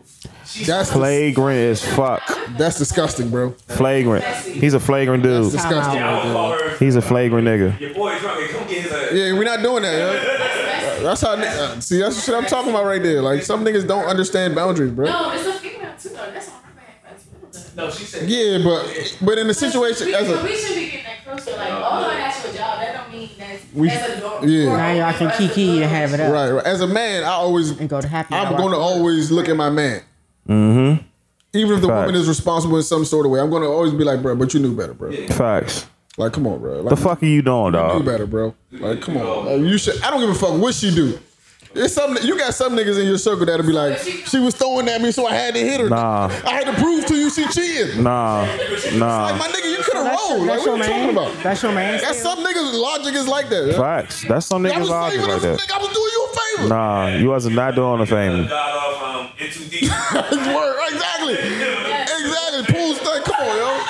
I: She
B: That's
G: flagrant as fuck.
B: that's disgusting, bro.
G: Flagrant. He's a flagrant dude.
B: Disgusting.
F: I would call her.
G: He's a flagrant nigga.
F: Your boy drunk. and Come get his ass.
B: Yeah, we're not doing that. Yo. That's how. Uh, see, that's the shit I'm talking about right there. Like some niggas don't understand boundaries, bro.
E: No, it's a female too, though. That's on her back. That's real, though.
I: no, she said.
B: Yeah, but but in the situation
E: we,
B: as
E: we
B: a
E: should be getting that closer. Like, oh, I got you a job. That don't mean that's,
B: We-
E: that's a door.
B: yeah.
E: door
D: Now y'all can
E: open for us
D: kiki
E: to
D: and have it up
B: right, right as a man, I always
D: and go to happy
B: I'm
D: hour.
B: going to always look at my man. Mm-hmm. Even if the
G: Facts.
B: woman is responsible in some sort of way, I'm going to always be like, bro, but you knew better, bro.
G: Facts.
B: Like, come on, bro. Like,
G: The fuck are you doing,
B: you knew
G: dog?
B: better, bro. Like, come on. Like, you should. I don't give a fuck what she do. It's some you got some niggas in your circle that'll be like, she was throwing at me, so I had to hit her.
G: Nah.
B: I had to prove to you she cheated.
G: Nah.
B: Like,
G: Nah.
B: my nigga, you could have
D: That's,
B: rolled. Like, what
D: that's your
B: are you talking
D: man.
B: about?
D: That's your man.
B: That's some niggas' logic is like that. yo.
G: Facts. That's some
B: I was
G: niggas
B: saving
G: arguing like
B: this
G: that.
B: nigga. I was doing you a favor.
G: Nah, you wasn't not doing a
F: Yeah.
G: thing.
F: God off um, in too deep.
B: His word, exactly, exactly. Pool stunt. Come on, yo.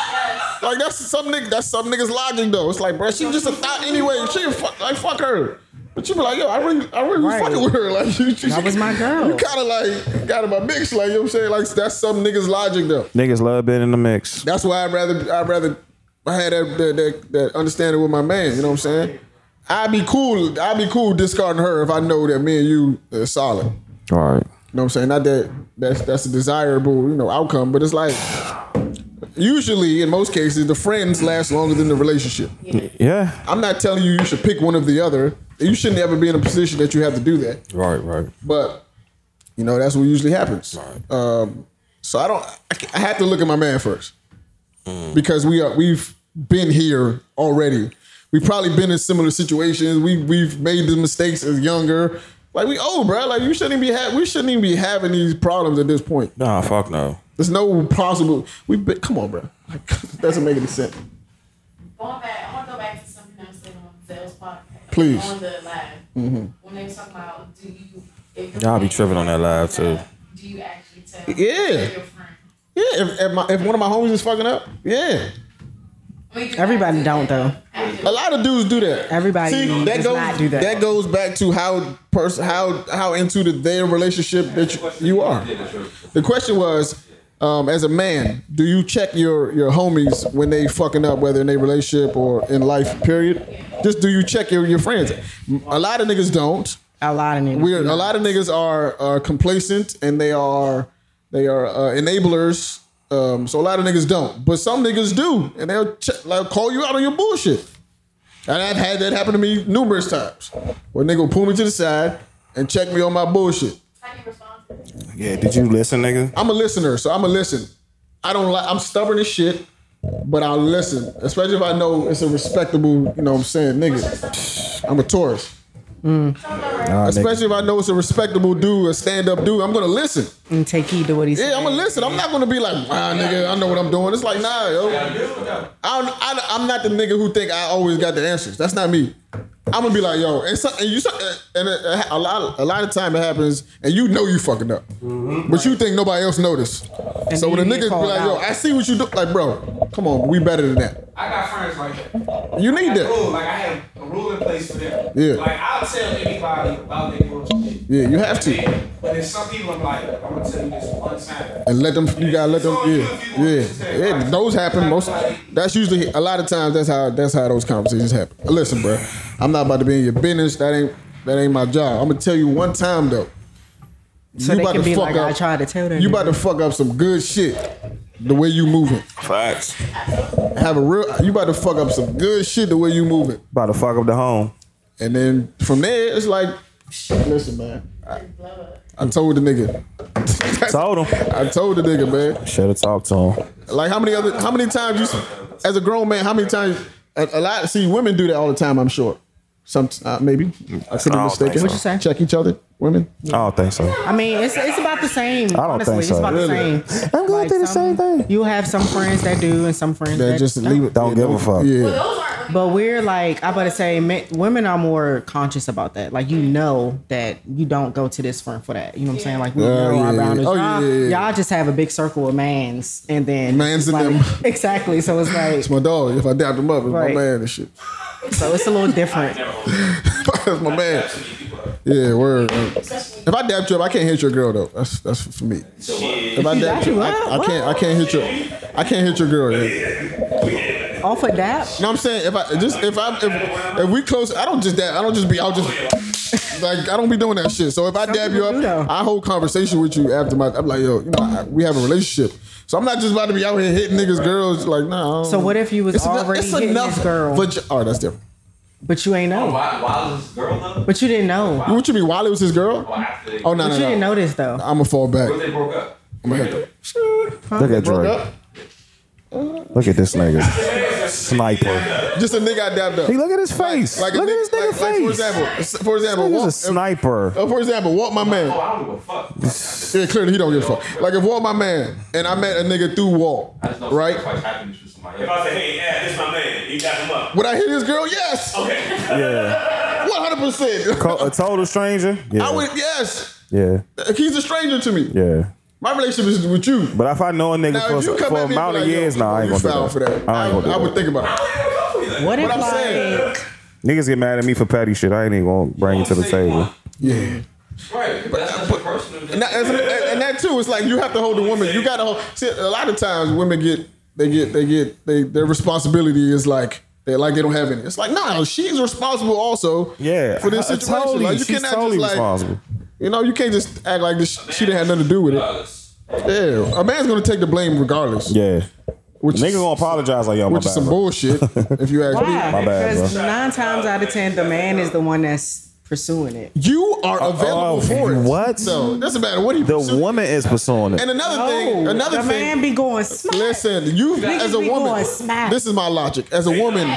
B: Like that's some nigga. That's some niggas logic though. It's like, bro, she just a thought anyway. She a fuck, like fuck her. But you be like, yo, I really, I really
D: Right.
B: was fucking with her. Like you, she,
D: That was my girl.
B: You kind of like got in my mix. Like you know what I'm saying. Like that's some niggas logic though.
G: Niggas love being in the mix.
B: That's why I'd rather, I'd rather, I had that that, that that understanding with my man. You know what I'm saying. I'd be cool. I'd be cool discarding her if I know that me and you are solid.
G: All right.
B: You know what I'm saying? Not that that's that's a desirable, you know, outcome, but it's like usually in most cases the friends last longer than the relationship.
G: Yeah.
B: I'm not telling you you should pick one of the other. You shouldn't ever be in a position that you have to do that.
G: Right, right.
B: But you know, that's what usually happens. Um, so I don't I- I have to look at my man first. Because we are we've been here already. We've probably been in similar situations. We we've made the mistakes as younger. Like we old, bro. Like you shouldn't be ha- we shouldn't even be having these problems at this point.
G: Nah, fuck no.
B: There's no possible. We be, come on, bro. Like, doesn't make any sense.
E: Going back, I want to go back to something I was saying on Zell's podcast.
B: Please.
E: On the live. When they were talking about, do you. If your
G: Y'all be
E: friend-
G: tripping on that live, too.
E: Do you actually tell
B: Yeah.
E: your friend?
B: Yeah, if if, my, if one of my homies is fucking up, yeah.
E: We do not
D: Everybody
E: do
D: don't
E: that.
D: though.
E: I do.
B: A lot of dudes do that.
D: Everybody
B: See, that
D: does
B: goes
D: not do that.
B: goes back to how person how how into the, their relationship that you, you are. The question was, um, as a man, do you check your your homies when they fucking up, whether in their relationship or in life? Period. Just do you check your your friends? A lot of niggas don't.
D: A lot of niggas.
B: weird. A lot of niggas are are complacent and they are they are uh, enablers. Um, so a lot of niggas don't, but some niggas do, and they'll ch- like call you out on your bullshit. And I've had that happen to me numerous times. Where nigga will pull me to the side and check me on my bullshit.
E: How do you respond to that?
G: Yeah, did you listen, nigga?
B: I'm a listener, so I'm a listen. I don't like. I'm stubborn as shit, but I'll listen, especially if I know it's a respectable. You know what I'm saying, nigga. I'm a Taurus.
G: Nah,
B: Especially if I know it's a respectable dude, a stand up dude, I'm gonna listen.
D: And take heed to what he said.
B: Yeah, I'm gonna listen. I'm not gonna be like, wow, nigga, I know what I'm doing. It's like, nah, yo. I don't, I, I'm not the nigga who think I always got the answers. That's not me. I'm gonna be like, yo, and, so, and you, so- and a, a lot, a lot of time it happens, and you know you fucking up, but you think nigga nobody else noticed.
D: And
B: So
D: you
B: when a
D: get
B: nigga be
D: called
B: like, yo,
D: out.
B: I see what you do, like, bro, come on, we better than that.
I: I got friends like that.
B: You need that.
I: Rule, like I have a rule in place for them.
B: Yeah.
I: Like I'll tell anybody about their bullshit.
B: Yeah, you have to.
I: But there's some people I'm like, I'm gonna tell you this one time.
B: and let them. You gotta let them. Yeah, yeah, yeah. Those happen most. That's usually a lot of times. That's how. That's how those conversations happen. Listen, bro, I'm not about to be in your business. That ain't. That ain't my job. I'm gonna tell you one time though.
D: So they can be like, I tried to tell them.
B: You about to fuck up some good shit. The way you moving,
C: Facts.
B: have a real. You about to fuck up some good shit. The way you moving,
G: about to fuck up the home.
B: and then from there it's like, listen, man. I, I told the nigga.
G: Told him.
B: I told the nigga, man.
G: Should have talked to him.
B: Like how many other how many times you as a grown man how many times a, a lot see women do that all the time I'm sure some uh, maybe I could be
C: don't
B: mistaken
C: think so. What
D: you say?
B: check each other women
G: I don't think so.
D: I mean, it's it's about the same. I
G: don't
D: honestly.
G: think so.
D: It's about
B: Really?
D: the same.
G: I'm going through the
D: some-
G: same thing.
D: You have some friends that do and some friends
B: that
D: that
B: just leave it
G: Don't give a fuck.
B: yeah
E: Those aren't really
D: But we're like, I'm about to say, men, women are more conscious about that. Like, you know that you don't go to this firm for that. You know what I'm saying? Like, we
B: Oh,
D: know
B: yeah,
D: our
B: yeah.
D: boundaries.
B: Oh,
D: y'all,
B: yeah, yeah, yeah.
D: y'all just have a big circle of mans, and then
B: Mans and
D: like,
B: them.
D: Exactly. So it's like,
B: it's my dog if I dapped him up it's
D: Right.
B: my man and shit
D: so it's a little different.
B: it's my man yeah word if I dapped you up I can't hit your girl though that's that's for me if I dapped you I, I can't I can't hit your I can't hit your girl yeah.
D: Off of that,
B: No, I'm saying if I just if I if, if we close, I don't just dab. I don't just be. I'll just like I don't be doing that shit. So if I
D: Some
B: dab you
D: people do, though.
B: up, I hold conversation with you after my. I'm like, yo, you know, I, we have a relationship. So I'm not just about to be out here hitting niggas, girls. Like, nah. I don't-
D: So what if you was
B: eno-
D: already hitting this girl?
B: But oh, that's different.
D: but you ain't know.
H: Why, why was this girl though?
D: But you didn't know.
B: What you mean? While it was his girl?
H: Why after they,
B: Oh no,
D: But
B: no,
D: you didn't
B: no.
D: know this though.
B: I'm gonna fall back.
H: they broke up?
B: I'm gonna hit them.
G: Look at
B: Broke
G: Drake.
B: up.
G: Look at this nigga. Sniper.
B: Just a nigga I dabbed up.
G: Hey, look at his face.
B: Like a
G: look at
B: nigga-
G: this nigga
B: like- like, for
G: face.
B: example, for example,
G: Nigga's
B: walk,
G: a sniper.
B: uh, for example, walk my man.
H: Oh, I don't give a fuck. I just,
B: Yeah, clearly he don't give a fuck. Like if Walt my man and I met a nigga through Walt,
H: I just know
B: right?
H: sacrifice happiness for somebody
F: If I
H: else.
F: say, hey, yeah, this my man, you got him up.
B: Would I hit his girl? Yes, one
F: Okay.
G: Yeah.
B: hundred percent.
G: Co- a total stranger. Yeah.
B: I would. Yes,
G: yeah.
B: he's a stranger to me.
G: Yeah.
B: My relationship is with you.
G: But if I know a nigga
B: Now,
G: for,
B: if you come
G: for
B: at
G: an
B: me and
G: amount
B: be
G: of
B: like, yo,
G: years, nah, I ain't
B: you
G: gonna do
B: foul
G: that.
B: for that.
G: I
B: I,
G: ain't gonna do
B: I would
G: that.
B: think about it.
D: What if
B: What I'm
D: like
B: saying.
G: Niggas get mad at me for petty shit. I ain't even gonna bring it to the table.
B: Yeah.
H: Right, but that's just personal.
B: And that, and and that too, it's like you have to hold the woman. You gotta hold. See, a lot of times women get they get they get they their responsibility is like they like they don't have any. It's like no, she's responsible also.
G: Yeah.
B: for this
G: I- I
B: situation,
G: Totally,
B: like you
G: she's
B: cannot
G: totally
B: just like
G: responsible.
B: you know you can't just act like this. She didn't have nothing to do with it. Yeah, a man's gonna take the blame regardless.
G: Yeah.
B: which
G: Nigga gonna apologize like yo, my
B: which is
G: bad.
B: some
G: bro.
B: bullshit. if you ask
D: Why?
B: me,
G: My bad,
D: because
G: bro.
D: nine times out of ten, the man is the one that's pursuing it.
B: you are available
G: oh,
B: for it.
G: what?
B: So it doesn't matter what he.
G: The
B: pursued.
G: woman is pursuing it.
B: And another
D: No,
B: thing, another
D: Oh, the
B: thing.
D: man be going smart.
B: Listen, you as a
D: be
B: woman.
D: going smack.
B: This is my logic. As a woman,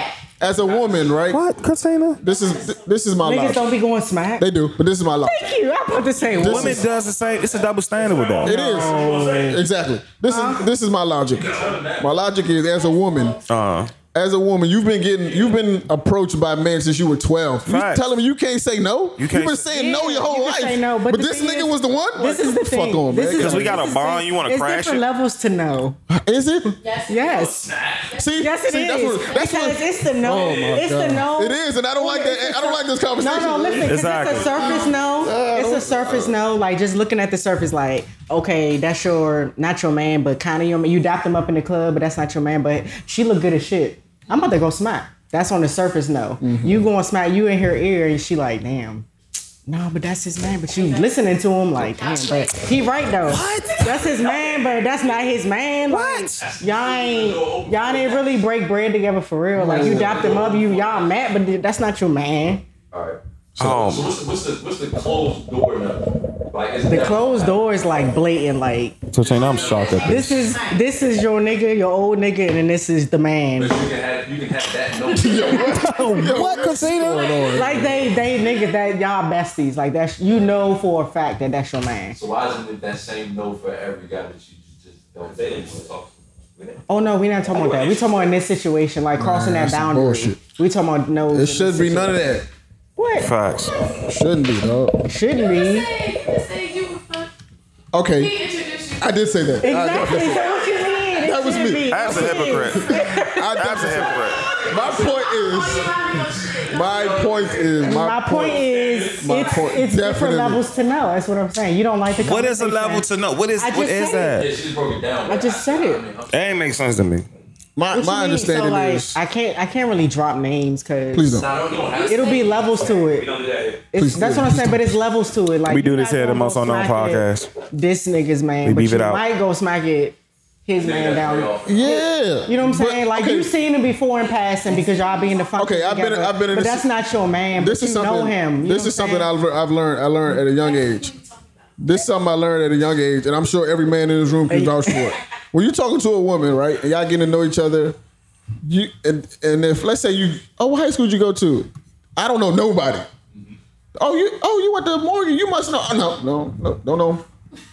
B: as a woman, right?
G: What, Christina?
B: This is this is my
D: Niggas
B: logic.
D: don't be going smack.
B: they do, but this is my logic.
D: Thank you. I'm about to say women.
G: Women does the same. It's a double standard with that.
B: It is exactly. This is this is my logic. My logic is as a woman.
G: Uh,
B: As a woman, you've been getting you've been approached by men since you were twelve. You
G: Facts.
B: telling me you can't say no? You
G: can't
B: have been
G: say-
B: saying no
D: Yeah,
B: your whole
D: you can
B: life.
D: say no, but the
B: this
D: thing
B: nigga
D: is-
B: was the one.
D: This is the
B: Fuck
D: thing.
B: on,
D: this
B: man.
D: is-
B: Come
C: we got a
D: this is
C: bond,
D: it.
C: you wanna
D: it's
C: crash
D: different
C: it?
D: levels to know.
B: Is it?
E: Yes.
D: Yes.
B: See,
D: Yes, it
B: see,
D: is.
B: That's what, that's
D: because
B: what,
D: it's the no.
B: Oh my
D: it's
B: God.
D: the no.
B: It is, and I don't like that. I don't like this
D: No,
B: conversation.
D: no, listen, 'cause
G: Exactly.
D: it's a surface no. it's a surface no. Like just looking at the surface, like, okay, that's your not your man, but kinda your man. You dapped him up in the club, but that's not your man. But she look good as shit. I'm about to go smack. That's on the surface no. You going smack, you in her ear, and she like, damn. No, but that's his man. But you listening to him like, damn, but he right though. What? That's his man, but that's not his man. Like, y'all ain't y'all ain't really break bread together for real. Like you dapped him up, you y'all met, but that's not your man.
H: All right. So
C: Um,
H: what's, what's the what's the closed door now? Like is
D: The closed door is like blatant. Like
G: so Shane, I'm shocked at this.
D: this is this is your nigga, your old nigga, and then this is the
H: You
D: man.
H: can have you can have that note.
B: what casino?
D: Like they, they niggas that y'all besties. Like that's you know for a fact that that's your man.
H: So why isn't it that same no for every guy that you just don't
F: They
H: date?
F: didn't want to talk.
D: Oh no, we not talking about that. We talking about in this situation, like crossing that
B: that's some
D: boundary.
B: bullshit.
D: We talking about no.
B: It should be none of that.
D: What
C: Facts.
B: Shouldn't be, dog.
D: shouldn't be
E: Say, you say you were fuck.
B: Okay,
E: He introduced you.
B: I did say that.
D: exactly. So
B: I,
D: what you mean? It
B: That was
D: shouldn't
B: me.
D: be.
C: That's a
D: It
C: hypocrite.
B: I
C: That's a
B: definitely-
C: hypocrite.
B: my point is, my point is, my,
D: My point is,
B: My
D: it's,
B: point,
D: it's different
B: definitely.
D: levels to know. That's what I'm saying. You don't like the
C: What is a
D: conversation.
C: level to know? What is
D: I just
C: what is
D: said
H: Yeah,
C: that?
H: she just broke it down.
D: I just said it.
H: mean, I'm-
G: That ain't make sense to me.
B: my,
D: What you
B: my
D: mean?
B: understanding
D: so, like,
B: is.
D: I can't I can't really drop names because
B: Please don't.
H: Nah, don't- don't have to.
D: it'll be levels to
F: We
D: it.
F: don't do that here.
D: It's,
B: Please
D: that's
B: don't.
D: what I'm saying, but it's levels to it. Like
G: We
D: you
G: do this
D: not
G: here at the
D: gonna go
G: most unknown
D: smack it
G: podcast.
D: This nigga's man,
G: We
D: but
G: beef
D: you
G: it out.
D: might go smack it his man
H: That's way
D: down.
H: off.
B: Yeah,
D: You know what I'm
B: But,
D: saying? like
B: okay,
D: you've seen him before in passing because y'all be in the function
B: Okay, I've been-
D: together,
B: I've been in
D: but
B: this-
D: that's not your man.
B: This
D: but
B: is
D: you
B: something.
D: know him. You know
B: this
D: what
B: is something
D: I'm
B: I've, I've learned. I learned at a young age. This is something I learned at a young age, and I'm sure every man in this room can vouch for it. When you're talking to a woman, right, and y'all getting to know each other, you and and if let's say you, oh, what high school did you go to? I don't know nobody. Oh, you, oh, you went to Morgan. You must know. oh, No, no, no, don't know.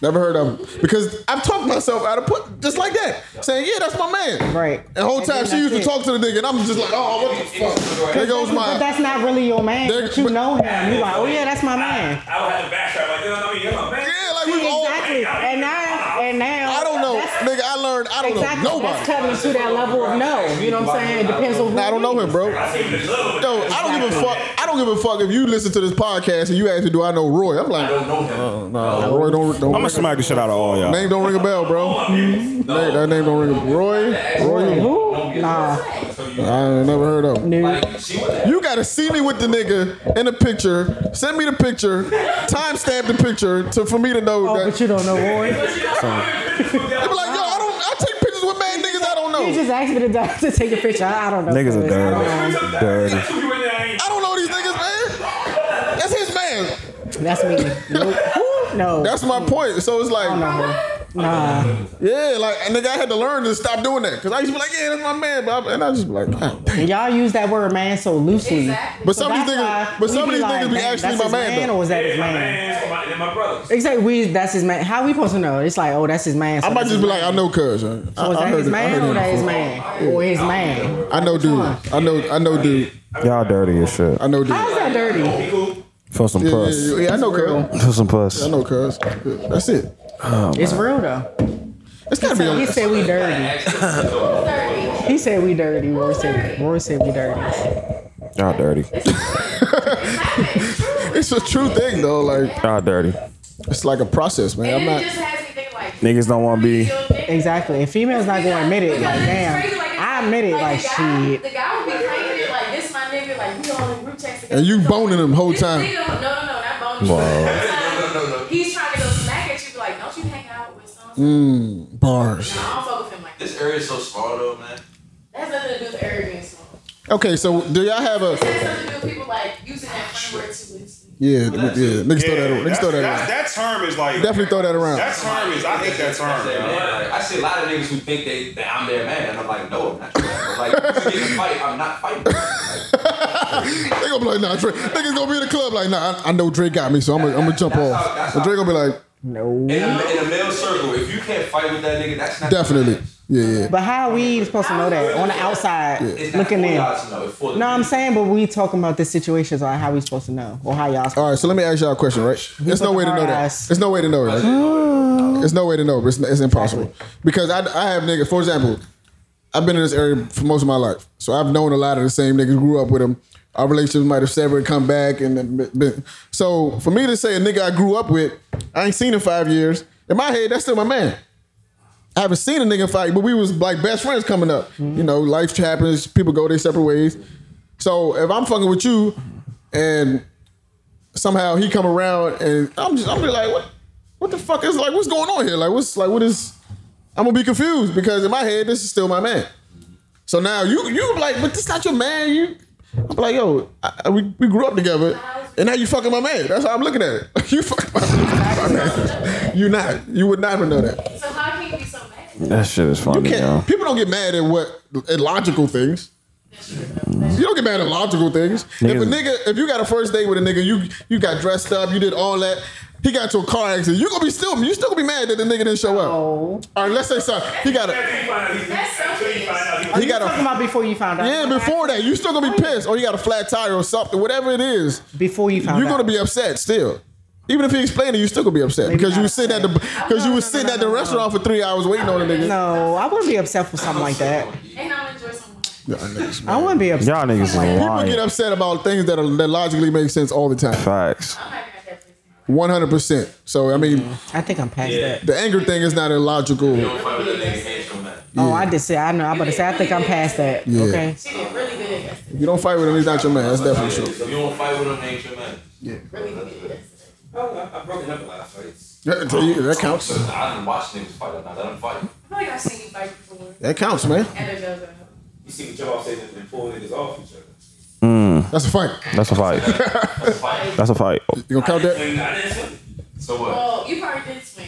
B: Never heard of him because I've talked myself out of put just like that, saying, "Yeah, that's my man."
D: Right.
B: And the whole
D: And
B: time
D: then
B: she used to
D: that's it.
B: talk to the nigga, and I'm just like, "Oh, what the fuck?" There goes
D: But
B: my.
D: that's not really your man.
B: There-
D: But you
B: but-
D: know him. You like, oh yeah, that's my man.
F: I would have to backtrack like, you know what I mean? You're my man.
B: Yeah, like we all.
D: Exactly. And now and now
B: I don't know,
D: that's-
B: nigga. I learned. I don't
D: Exactly.
B: know
D: That's
B: nobody.
D: cutting to that level of no. You know what I'm saying? It depends on who.
B: Nah, I don't know
D: it
B: him,
D: is.
B: bro.
F: I see him in love.
B: Yo, I don't give a fuck. I don't give a fuck if you listen to this podcast and you ask me, "Do I know Roy?" I'm like, uh,
H: I don't know him.
B: "Nah, Roy don't don't
G: I'm gonna smack the shit out of all y'all.
B: name don't ring a bell, bro. Name- that name don't ring a Roy. Roy,
D: Who? Nah.
B: I ain't never heard of. Him.
D: New.
B: You gotta see me with the nigga in the picture. Send me the picture. Timestamp the picture to for me to know
D: Oh,
B: that.
D: but you don't know Roy.
B: I be like, yo, I don't. I take pictures with mad niggas I don't
D: You
B: know.
D: just asked me to, to take a picture. I, I don't know.
G: Niggas are
D: I don't know.
G: dirty. Dirty.
F: You in there, ain't
B: I don't know these niggas, man. That's his man.
D: That's me. Nope. Who? No.
B: That's my point. So it's like,
D: I don't know her. Nah.
B: yeah, like, and nigga, I had to learn to stop doing that because I used to be like, yeah, that's my man, but I, and I just be like, God damn.
D: And y'all use that word man so loosely.
E: Exactly.
B: But
D: So
B: some of these
D: that's why
B: niggas, but
D: we
B: some of
D: be
B: these
D: like,
B: niggas be
D: "Dang,
B: actually
D: that's
B: my
D: his
B: man. though.
D: or was that
F: yeah,
D: his
F: my
D: man?
F: man's my, and my brothers.
D: Exactly. We that's his man. How we supposed to know? It's like, oh, that's his man. So
B: I might
D: that's
B: just
D: his
B: be like, I
D: man.
B: know, cuz. I,
D: So was
B: I
D: that
B: heard
D: his
B: it- I
D: man
B: heard
D: or
B: it
D: that his
B: before.
D: man or his man?
B: I know, dude. I know, I know, dude.
G: Y'all dirty as shit.
B: I know, dude.
D: How's that dirty?
G: For some
B: Yeah, yeah,
G: puss.
B: yeah, yeah, I know, cuz.
G: For some puss.
B: I know, cuz. That's it.
G: Oh,
D: It's real though.
B: It's gotta be
D: So
B: on.
D: he said we dirty. He said we dirty. Roy said, Roy said we dirty.
G: Y'all dirty.
B: It's a true thing, though. Like,
G: Y'all dirty.
B: it's like a process, man. I'm
E: And it
B: not.
E: just has me thinking like
G: Niggas don't want to be.
D: Exactly. And females not gonna admit it. Like, damn, I admit it. Like,
E: the guy,
D: shit.
E: The guy would be claiming it like this my nigga, like we all in group text together.
B: And you boning him whole
E: This
B: time.
E: nigga- No, no, no, not boning. Wow. no, no, no. He's trying to go smack at you, be like, don't you hang out with some?
B: Mm. Bars.
E: I don't fuck with him like that.
H: This area is so small though, man.
E: That's nothing to do with arrogance. though.
B: Okay, so do y'all have a?
E: It has something to do with people like using that framework to this.
B: Yeah, yeah. Niggas throw that. Niggas throw that. around.
C: term is like
B: Definitely throw that around.
C: term is I hate that
H: Say,
C: term.
H: man, like, I see a lot of niggas who think they that I'm their man, and I'm like, no, I'm not. Your man. I'm like, if you get in a fight, I'm not fighting. Like,
B: They gonna be like, nah, Drake. Niggas gonna be in the club like, nah, I, I know Drake got me, so I'm gonna, I'm gonna jump
H: That's
B: off.
H: how- that's
B: and Drake gonna be like,
D: No.
H: in, a, in a male circle, if you can't fight with that nigga, that's not
B: definitely, yeah, yeah.
D: But how are we supposed to know that on the outside
H: It's not
D: looking
H: for
D: in?
H: y'all to know. It's for the
D: No, I'm
H: niggas.
D: saying, but we talking about this situation, so how we supposed to know or how y'all?
B: All right, so let me ask y'all a question, right? There's no way to know that.
D: Ass.
B: There's no way to know, right? There's no way to know, but it's, it's impossible because I, I have niggas. For example, I've been in this area for most of my life, so I've known a lot of the same niggas. Grew up with them. Our relationships might have severed, come back, and then been. so for me to say a nigga I grew up with, I ain't seen in five years. In my head, that's still my man. I haven't seen a nigga fight, but we was like best friends coming up. You know, life happens, people go their separate ways. So if I'm fucking with you, and somehow he come around, and I'm just I'm just like, what, what the fuck is like, what's going on here? Like, what's like, what is? I'm gonna be confused because in my head, this is still my man. So now you you like, but this not your man. You, I'm like, yo, I, I- we we grew up together, and now you fucking my man. That's how I'm looking at it. you fucking my, my man. You not. You would not even know that.
E: So how can you be so mad?
G: That shit is funny,
B: Can't-
G: yo.
B: People don't get mad at what at logical things. You don't get mad at logical things. If a nigga, if you got a first date with a nigga, you you got dressed up, you did all that. He got to a car accident. You gonna be still, you still gonna be mad that the nigga didn't show up.
D: Oh.
B: All right, let's say so. He got a,
E: That's selfish.
B: he got
D: Talking
B: a,
D: about before you found out.
B: yeah. Before that, you still gonna be pissed, or you got a flat tire or something, whatever it is.
D: Before you found
B: You're
D: out.
B: gonna be upset still. Even if he explained it, you still gonna be upset
D: Maybe
B: because you
D: not
B: were sitting at the because you
D: No,
B: were
D: no, no,
B: sitting
D: no,
B: at the
D: no, no.
B: restaurant for three hours waiting on a nigga.
D: No, I wouldn't be upset for something like that.
E: And I'll enjoy some.
B: Nah, niggas, man.
D: I wouldn't be upset.
G: Y'all niggas is
D: People
B: People get
G: lying.
B: upset about things that are that logically make sense all the time.
G: Facts.
E: I'm not gonna have that.
B: One hundred percent. So I mean,
D: I think I'm past that.
B: the anger thing is not illogical.
D: Oh, I did say I know. I'm about to say I think I'm past that.
B: Yeah.
D: Okay.
E: She did really good. yesterday.
B: You don't fight with him, he's not your man. That's definitely
H: If you don't fight with them, they ain't your man.
E: Really good.
F: Oh, I've broken up a lot of fights.
B: true. That, yeah, that
H: So
B: counts.
H: I didn't watch niggas fight. I let them fight.
E: I feel like I've seen you fight before.
B: That counts, man.
E: At a go-go.
F: You see what y'all say that they pull niggas off each other.
B: That's a fight.
G: That's a fight.
H: That's fight.
G: That's a fight.
B: You gonna count that?
F: And I didn't swing.
H: So what?
E: Well, you probably did swing.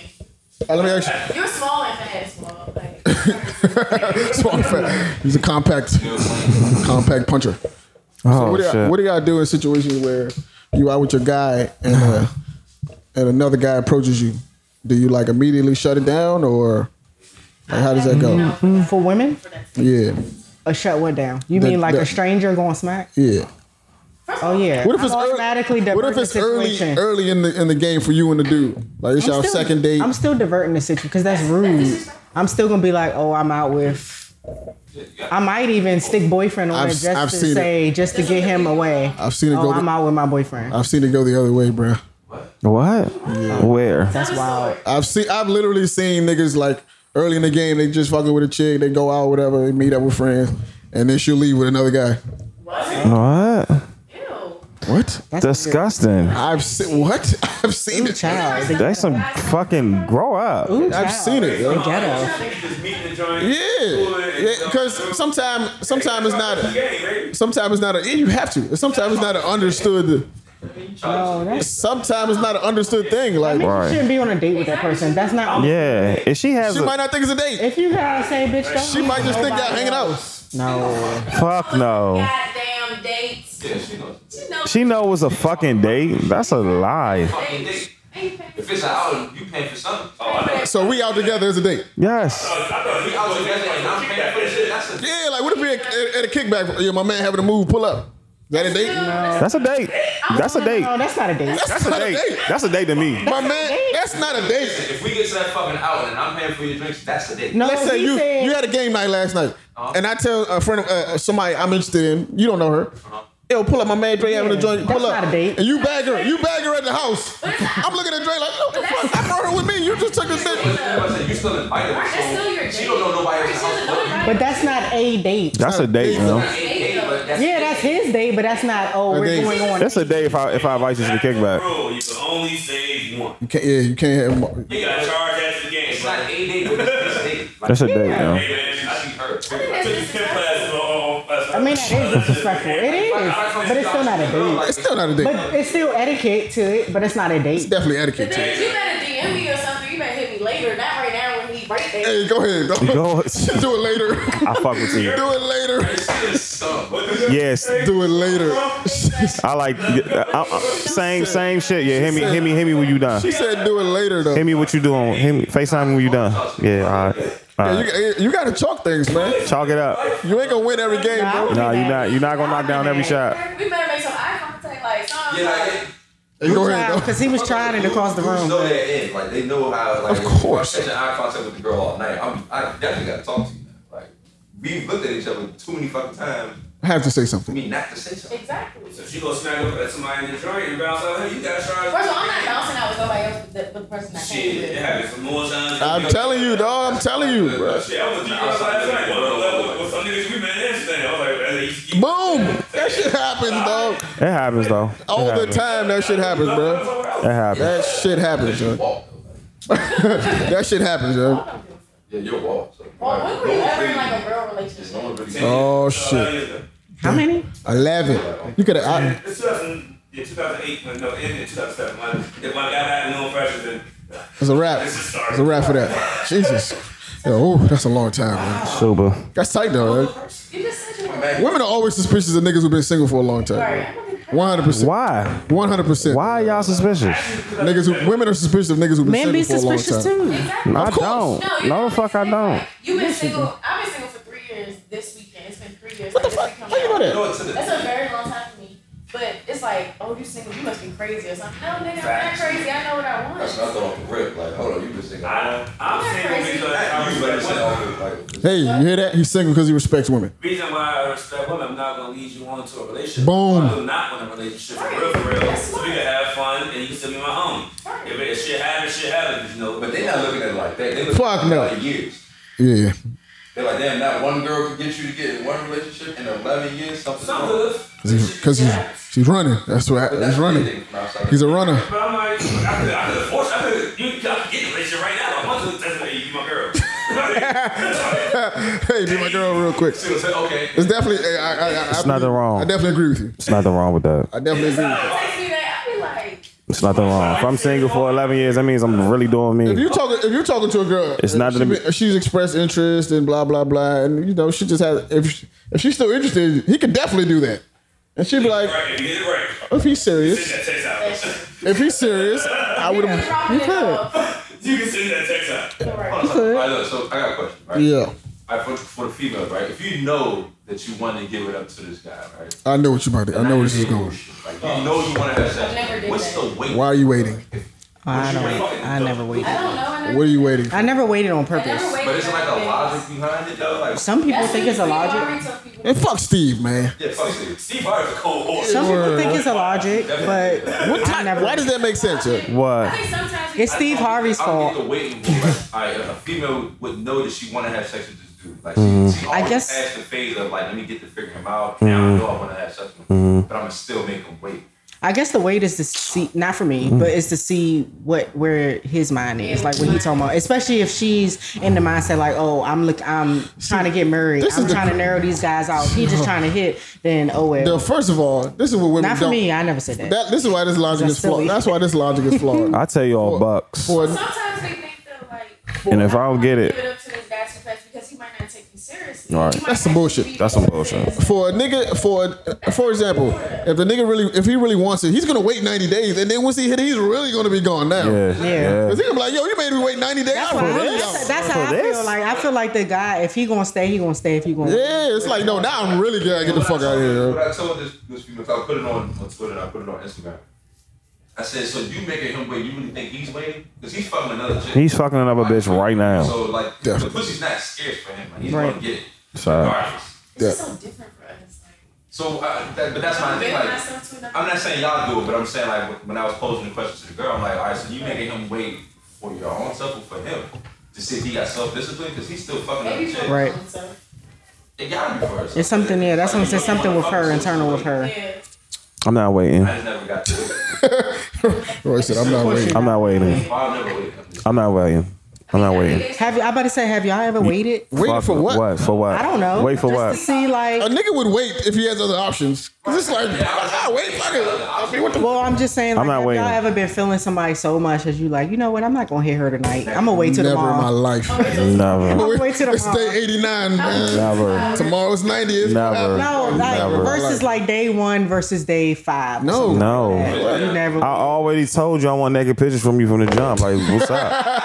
B: All right, let me ask
E: You're small and fast, well, like.
B: you. Small fact. He's a compact, compact puncher.
G: Oh
B: what, do y'all,
G: shit.
B: what do y'all do in situations where you out with your guy and uh, and another guy approaches you? Do you like immediately shut it down or like how does that go?
D: Mm, For women,
B: Yeah,
D: a shut what down? You
B: The-
D: mean like
B: the-
D: a stranger going smack?
B: yeah.
D: Oh yeah.
B: What if it's
D: I'm automatically
B: early, What if
D: diverting
B: it's
D: the
B: early,
D: situation.
B: early in the in the game for you and the dude? Like it's
D: I'm
B: y'all
D: still-
B: second date.
D: I'm still diverting the situation because that's rude. I'm still gonna be like, oh, I'm out with. I might even stick boyfriend on
B: I've-
D: it just
B: I've
D: to
B: seen it.
D: say, just to get him away.
B: I've seen it
D: Oh,
B: go. Uh,
D: I'm
B: The,
D: out with my boyfriend.
B: I've seen it go the other way, bruh.
G: What? Where?
D: That's wild.
B: I've seen. I've literally seen niggas like early in the game. They just fucking with a chick. They go out, whatever. They meet up with friends, and then she'll leave with another guy.
G: What?
E: Ew.
B: What?
D: That's
G: Disgusting.
B: I've seen. What? I've seen
D: Ooh,
B: it.
D: child. They-
G: They some fucking grow up.
D: ooh,
B: I've
D: child.
B: seen it. Yo.
D: Ghetto.
F: Niggas just meet in the joint. pull
B: Yeah,
F: it, and
B: yeah.
F: go.
B: Because sometimes, sometimes it's not.
F: Fuck the
B: A,
F: game, baby.
B: sometimes it's not a. Yeah, you have to. Sometimes it's not an understood.
D: No, that's.
B: Sometimes it's not an understood thing. Like
D: You shouldn't be on a date with that person. That's not.
G: Yeah. If she has
B: she
G: a
B: might not think it's a date.
D: If you guys say bitch, don't.
B: She might just think y'all hanging out.
D: No.
G: fuck no.
E: Goddamn dates.
H: Yeah, she knows.
E: You know,
G: She know it was a fucking date. That's a lie.
H: Fucking date.
E: ain't paying
H: If it's an outing, you paying for something. Oh,
E: for that.
B: So we out together as a date.
G: Yes.
H: we out together and I'm paying for this shit. That's a
B: Yeah, like what if we at, at, at a kickback? Yeah, my man having a move, pull up. That a date?
G: That's a date. That's a date.
D: No, that's not a date.
G: That's a date. That's a date to me.
B: My man, that's not a date.
H: If we get to that fucking outing and I'm paying for your drinks, that's a date.
D: No,
B: Let's say
D: he
B: you
D: said.
B: you had a game night last night, and I tell a friend, of- uh, somebody I'm interested in, you don't know her. Yo, pull up, my man Dre having a
D: Yeah,
B: joint. Pull
D: that's
B: up,
D: not a date.
B: and you bag her, you bag her at the house. I'm looking at Dre like, what the fuck? I brought her with me. You just took this
H: But
B: bitch.
H: I said, you still invited her,
E: That's still your
H: so
E: date.
H: she don't know nobody else in the house. but you.
D: but that's not a date.
G: That's a date, you know.
H: Hey, hey, but that's
D: Yeah, that's his date, but that's not. Oh,
B: A
D: we're
B: date.
D: going on.
G: That's a date if I if I invite you to the kickback.
F: Bro, you can only save one.
B: You can't, yeah, you can't have. More.
F: You got charged after the game,
H: It's
F: bro.
H: not a date, but it's a date. Like,
G: That's a date, you know.
F: Hey, man, I see her.
E: That's
F: Took
E: just-
F: Kim classes on- on- on-
D: I mean, that is disrespectful. It is, but it's still not a date.
B: It's still not a date.
D: But it's still etiquette to it, but it's not a
B: it's
D: date.
B: definitely etiquette.
E: You
B: too.
E: better DM me or something. You better hit me later, not right now when he right there.
B: Hey, go ahead. dog.
G: Go-
B: Do it later.
G: I fuck with you.
B: Do it later.
G: Yes.
B: Do it later.
G: I like I, I, same same shit. Yeah, hit me hit me hit me when you done.
B: She said do it later though.
G: Hit me what you doing. Hit me FaceTime when you done. Yeah, all right. All
B: Yeah,
G: right.
B: you, you gotta chalk things, man.
G: Chalk it up.
B: You ain't gonna win every game,
D: Nah, I
B: bro.
D: would be
G: No, you're
D: mad.
G: not you're not gonna knock down every shot.
E: We better make some eye contact, like something.
H: Yeah, like,
B: Hey, go ahead, though.
D: Because he was trying it across the
H: Dudes
D: room.
H: know
D: but-
H: they're in. Like they know how. Like,
B: Of course.
H: Catching eye contact with the girl all night. I'm, I definitely gotta talk to you. Now. Like we've looked at each other too many fucking times
B: I have to say
H: for
B: something.
H: me not to say something.
E: Exactly. First
F: So she gonna snag up at somebody in the joint and bounce out. Hey, you got charged.
E: of all, I'm not bouncing out with nobody else but the, but the person I came
F: Shit, it
E: with.
F: happens some more times.
B: I'm telling you, dog. I'm telling you, bro.
F: Shit, I was with you guys last night. One of the levels with some niggas we met yesterday. I was like, that's easy.
B: Boom! That shit happens, dog.
G: It happens though. It
B: All the
G: happens.
B: time, that shit happens, bro.
G: It happens.
B: That shit happens, yo. that shit happens, yo.
H: Yeah, you're wall. So,
E: Well, when were you ever in like a real
H: There's
E: relationship?
H: no one really.
B: Oh shit,
D: How many?
B: eleven. You could have.
F: It's 2000, yeah, 2008, when- no, it ended in 2007. My, if my guy had no pressure, then
B: It's a wrap. It's a wrap for that. Jesus. Yo, ooh, that's a long time, man.
G: Super.
B: That's tight though. Man.
E: You just said you were
F: back.
B: Women are always suspicious of niggas who've been single for a long time. One hundred percent.
G: Why?
B: One hundred percent.
G: Why are y'all suspicious?
B: Niggas who, women are suspicious of niggas who've been single
D: Men be
B: for a long
D: suspicious
B: time.
D: too.
E: Exactly.
G: I
B: course.
G: don't.
E: No,
G: No,
E: you
G: the fuck, I don't.
E: You've been single. I've been single for three years. This weekend, it's been three years. What
B: the fuck? How
D: Oh,
B: you know that?
F: Go to the-
E: That's a very long time for me. But it's like, oh, you single, you must be crazy or something. No, nigga, I'm not
F: Facts.
E: crazy. I know what I
H: That's
E: want.
H: not off the rip. Like, hold on, you been single.
F: I, I'm single because I'm
H: You better say
F: respect
H: off the rip. Like,
B: Hey, you hear that? He's single because he respects women.
F: Reason why I respect women, I'm not gonna lead you on to a relationship.
B: Boom.
F: I do not want a relationship for real, for real.
E: That's
F: So we
E: smart.
F: can have fun and you can still be my home.
E: Right.
F: If it shit happens, shit happens, you know.
H: but they not looking at it like that. They look
B: Fuck
H: at it
B: no.
H: like years.
B: Yeah.
H: They're like, damn, not one girl could get you to get in one relationship in 11 years. Something's
F: some
H: wrong.
F: good.
B: Because he's, she's running. That's what
H: But
B: he's
H: that's
B: running.
H: anything from outside.
B: He's a runner.
F: But I'm like, I could, I could force, I could, you, I could get in a relationship right now. I want to, that's like, you my girl.
B: hey, be my girl real quick.
H: She was like, okay.
B: It's definitely. I, I, I, it's
G: nothing wrong.
B: I definitely agree with you.
G: It's nothing wrong with that.
B: I definitely agree. With
E: Text me that. I be like,
G: It's nothing wrong. If I'm single for 11 years, that means I'm really doing
B: you. If
G: me.
B: you talking, if you're talking to a girl,
G: It's
B: if
G: not
B: she
G: gonna be-
B: been- if she's expressed interest and blah blah blah, and you know she just has. If she, if she's still interested, he could definitely do that. And she'd be like,
F: right, if you get it right,
B: if he's serious,
F: send that text out.
B: if he's serious, I would
E: I'm
B: have. You
E: dropping it
B: could.
E: off.
F: You can send that text out.
E: All right.
H: All right, look, so I got a question, right?
B: Yeah,
H: All right, for, for the females, right? If you know that you want to give it up to this guy, right?
B: I know what you about to. I know where this is going.
H: Like, you know you want to have sex.
E: never did
H: What's
E: that.
H: the weight?
B: Why are you waiting?
D: I don't. I never
E: I
D: waited.
E: don't know. I never,
B: What are you waiting?
D: I
B: For?
D: never waited on
E: I never
D: purpose.
E: waited
H: But it's like a
E: on
H: logic behind it, though. Like,
D: Some people think it's a logic.
B: And fuck Steve, man.
H: yeah, fuck it.
F: Steve Harvey's a cold horse.
D: Some people
B: Word.
D: think it's a logic, but I never.
B: Why does that make sense? Chuck?
G: What?
E: I think sometimes we
D: It's Steve Harvey's
H: I don't get
D: fault.
H: the weight involved. Like, all right, a female would know that she want to have sex with this dude. Like, she,
G: Mm.
H: she always
D: guess-
H: past the phase of like, let me get to figure him out. Now I know I want to have sex with him,
G: Mm.
H: but I'm gonna still make him wait.
D: I guess the wait is to see, not for
G: Mm.
D: me, but it's to see what where his mind is, like what he talking about. Especially if she's in the mindset like, oh, I'm look, I'm trying to get married,
B: this
D: I'm
B: is the-
D: trying to narrow these guys out. He just trying to hit. Then oh well,
B: The, first of all, this is what women
D: not for
B: don't.
D: me. I never said that.
B: That this is why this logic
D: That's
B: is flawed.
D: silly.
B: That's why this logic is flawed.
G: I tell you all bucks.
B: For
E: Sometimes they think that like.
G: And if I don't get
E: Give
G: it,
E: it up to this guy too fast because he might not take you seriously.
G: All right.
E: He might
B: That's some
E: actually
B: bullshit.
E: be
G: That's some bullshit.
E: serious.
B: for a nigga for for example, if the nigga really if he really wants it, he's gonna wait ninety days, and then once he hit it, he's really gonna be gone now.
G: yeah.
D: Yeah.
B: Cause he gonna be like, yo, you made me wait ninety days.
D: that's
B: I'm
D: why I-
B: really
D: that's,
B: gone.
D: that's how I
G: For this?
D: feel. Like I feel like the guy, if he gonna stay, he gonna stay. If he gonna,
B: yeah, it's like no, now I'm really gonna get the fuck out of here.
H: What I told this, this female, I put it on, on Twitter and I put it on Instagram. I said, so you making him wait, you really think he's waiting? Because he's fucking another chick.
G: He's fucking another bitch right now.
H: So, like,
B: Definitely.
H: the pussy's not scarce for him. Like, he's
D: Right.
H: going to get it.
G: So
H: Regardless.
E: It's just so different for us. Like,
H: So, uh, that, but that's my
E: I'm
H: thing.
E: comparing
H: Like,
E: myself to another.
H: I'm not saying y'all do it, but I'm saying, like, when I was posing the question to the girl, I'm like, all right, so you making him wait for your own self or for him to see if he got self discipline? Because he's still fucking another
E: Maybe for
H: chick.
D: Right.
E: him, so,
H: It got to be for herself.
D: It's something. Yeah, that's what I'm saying. Something with her, internal with her.
E: Yeah.
G: I'm not waiting.
H: I just never got to it.
B: Roy said, I'm not waiting.
G: I'm not waiting.
H: I'll never wait. I'm
D: Uh,
H: just-
G: I'm not waiting. I'm not waiting.
D: Have you? I about to say, have y'all ever waited?
B: Waiting
G: Fuck,
B: for what?
G: What? For what?
D: I don't know.
G: Wait for
D: Just
G: what?
D: To see
B: A
D: like.
B: nigga would wait if he has other options. Cause it's like, ah, wait, fuck it. I mean, what the
D: Well, I'm just saying. Like,
G: I'm not
D: have
G: waiting.
D: y'all ever been feeling somebody so much as you like? You know what? I'm not gonna hit her tonight. I'm gonna wait till
B: Never in
D: tomorrow.
B: my life.
G: Never.
D: I'll wait till
B: It's day
D: tomorrow.
B: 89, man.
G: Never.
B: Tomorrow's 90th.
G: Never.
D: No, like
G: Never.
D: versus like day one versus day five.
B: No.
G: No.
D: You never.
G: I already told you I want naked pictures from you from the jump. Like, what's up?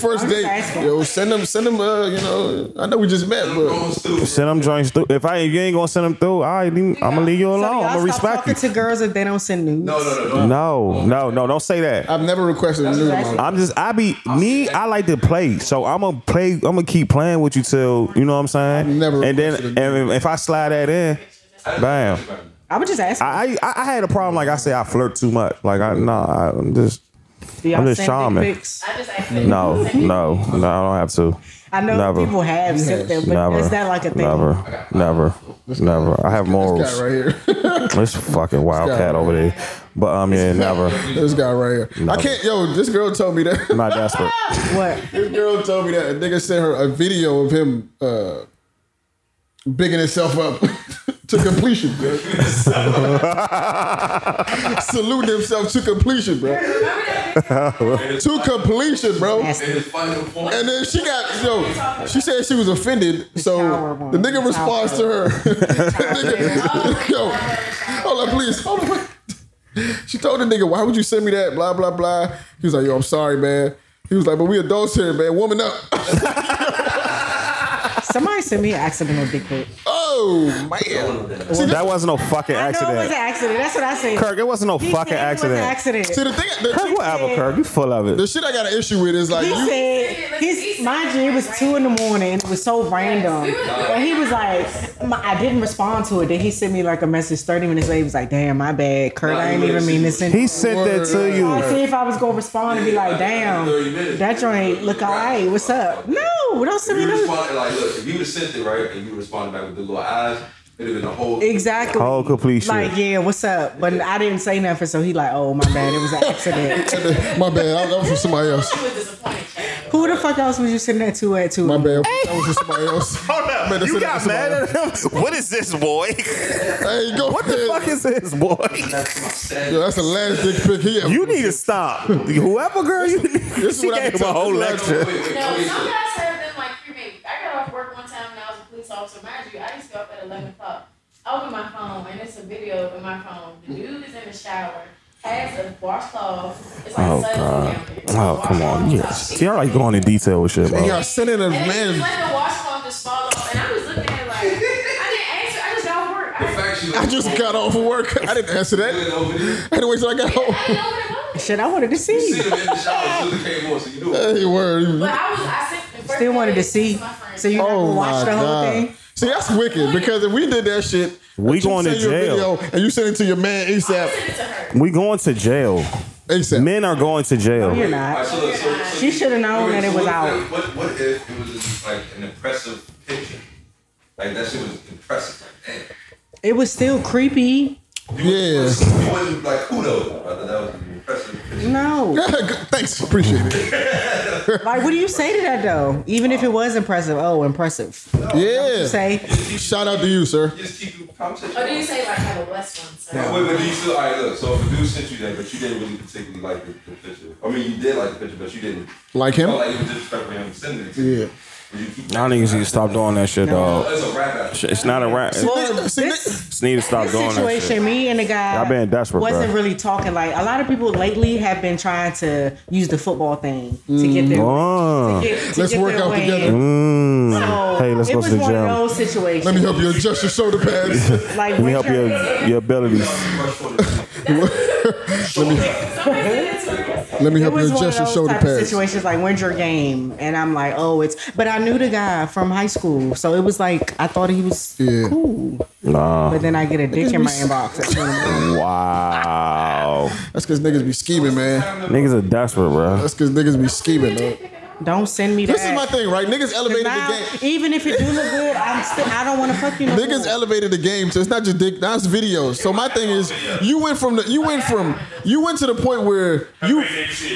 B: First date.
D: asking.
B: Yo, send them, send them, uh, you know, I know we just met, but
G: Send them joints through. If I you ain't gonna send them through, I I'm gonna leave you
D: So do
G: alone.
D: y'all
G: I'm gonna
D: stop
G: respect
D: talking to
G: you.
D: girls if they don't send nudes.
H: No, no, no, no.
G: No, no, no, don't say that.
B: I've never requested a nude. in my life.
G: I'm just I be me. I like to play, so I'm gonna play. I'm gonna keep playing with you till you know what I'm saying.
B: Never
G: And then
B: requested a
G: and if I slide that in, bam.
D: I would just ask.
G: I I, I had a problem. Like I said, I flirt too much. Like I no, I, I'm just
D: do y'all
G: I'm just
D: send dick
G: charming.
D: pics?
E: I just asked
G: no, no, no. I don't have to.
D: I know
G: Never.
D: people have sent them, but
G: Never.
D: is that like a thing?
G: Never, never, never. I have
B: This
G: morals.
B: guy right here.
G: This fucking wildcat over there. But um, yeah, never.
B: This guy right here. I can't. Yo, this girl told me that.
G: I'm not desperate.
D: What?
B: this girl told me that a nigga sent her a video of him uh bigging himself up to completion, bro. Saluting himself to completion, bro. to completion, bro.
D: Nasty.
H: It's final form.
B: And then she got yo. She said she was offended, so
D: shower one.
B: the nigga
D: The shower
B: responds to her. the nigga, yo, hold on, please, hold on. She told the nigga, "Why would you send me that?" Blah blah blah. He was like, "Yo, I'm sorry, man." He was like, "But we adults here, man. Woman up."
D: Somebody sent me an accidental dick pic.
B: oh man. See,
G: That
B: this,
G: wasn't no fucking
D: I know it was an
G: accident.
D: accident. That's what I said.
G: Kirk, it wasn't no
D: He
G: fucking
D: said it was an accident.
G: accident.
B: see the thing,
G: Kirk,
B: the,
G: whatever, Kirk. You full of
B: the
G: it.
B: shit I got an issue with is like,
D: He
B: you,
D: said, he's, mind you, it was two in the morning and it was so random. And he was like, my- I didn't respond to it. Then he sent me like a message 30 minutes later. He was like, damn, my bad. Kurt, I didn't even mean to send
G: He sent that to
D: I
G: you.
D: see if I was gonna respond and be like, damn, that joint look alright. What's up? No, don't send me
H: You
D: no.
H: responded like, look, if you would have sent it right and you responded back with the little eyes, it'd have been a whole.
D: Exactly.
G: Whole complete shit.
D: Like, yeah, what's up? But I didn't say nothing, so he like, oh my bad, it was an accident.
B: my bad, I, that was from somebody else.
D: Who the fuck else was you sending that to at two?
B: My bad, that was from somebody else.
C: Hold
B: Man,
C: up.
B: that's
C: You
B: it,
C: got
B: that's
C: mad
B: about
C: at him? What is this, boy?
B: Hey, go
G: What the
B: ahead.
G: fuck is this, boy?
B: Yo, that's the last dick pic he ever.
G: You need to stop. Whoever girl you
B: is
G: she
B: what I
G: gave
B: be
G: him a
B: telling-
G: whole
B: this is what I
E: No,
G: lecture.
E: some guys have them like cremated. I got off work one time and I was a police officer. Mind you, I used to go up at 11 o'clock. I open my phone and it's a video in my phone. The dude is in the shower, has a washcloth. It's like
G: Oh,
E: suds
G: God.
E: down there.
G: Oh, come on. Yes. See, I like going in detail with shit,
B: And
G: bro.
B: y'all sending a
E: And then just
B: man.
E: let the washcloth just fall off. And I was looking at it like, I didn't answer. I just got off work. I, I
B: I just got off of work. I didn't answer that. I had to wait till I got home.
E: didn't know what it was.
D: Shit, I wanted to see. you.
B: Hey, word.
E: But I was, I sent the first
D: Still wanted to
E: thing
D: see.
E: my friend.
D: So you never
B: Oh my
D: watched the whole
B: god.
D: thing.
B: See, that's wicked because if we did that shit,
G: We
B: you
G: going to
B: send you a
G: jail.
B: video and you send it to your man ASAP.
E: sent it to her.
G: We going to jail.
B: ASAP.
G: Men are going to
D: You're
G: jail.
D: not. She should have known that it was out.
H: What, what if it was just like an impressive picture? Like that shit was impressive. Like,
D: It was still creepy.
B: Yeah.
H: damn. You wasn't like who though? Brother, that was an impressive picture.
D: No.
B: Thanks, appreciate it.
D: Like, what do you say to that though? Even if it was impressive. Oh, impressive.
B: Yeah.
D: Say,
B: Shout out to you, sir.
H: Just keep the conversation.
E: Or do you Oh, say like have a blessed one? So.
H: Wait, but do you still, all right, look, so if a dude sent you that, but you didn't really particularly like the, the picture. I mean, you did like the picture, but you didn't.
B: Like
H: Felt
B: him?
H: like it was disrespectful him sending it to you.
B: Yeah.
H: Would you keep
G: I need to stop doing that shit, dog.
H: It's a rap battle.
G: It's not a rap.
D: well,
B: See,
D: this
G: Just need to stop doing that shit.
D: situation, me and the guy
G: Y'all been desperate,
D: wasn't
G: bruh.
D: really talking. Like a lot of people lately have been trying to use the football thing to get their
G: Oh.
D: get- to
B: Let's
D: get
B: work
D: their
B: out
D: way
B: together.
D: in.
G: Mm.
D: So
G: Hey, let's
D: it
G: go
D: was
G: to the
D: one of
G: gym.
D: those situations.
B: Let me help you adjust your shoulder pads.
D: Like
G: Let me
D: what
G: help
D: your-
G: your your abilities.
B: Let me
D: It
B: help you
D: was one of
B: adjust your
D: those
B: shoulder
D: type of
B: pads.
D: situations like when's your game, and I'm like, oh, it's. But I knew the guy from high school, so it was like I thought he was
B: Yeah.
D: cool,
G: Nah.
D: but then I get a dick in my inbox. at 20 minutes.
G: Wow.
B: That's because niggas be scheming, man.
G: Niggas are desperate, bro.
B: That's because niggas be scheming, man.
D: Don't send me that.
B: This is my thing, right? Niggas elevated the
D: Now,
B: game.
D: even if it do look good, I'm still. I don't want to fuck you. No
B: Niggas
D: more.
B: elevated the game, so it's not just dick. Now it's videos. So my thing is, you went from the, you went from, you went to the point where you,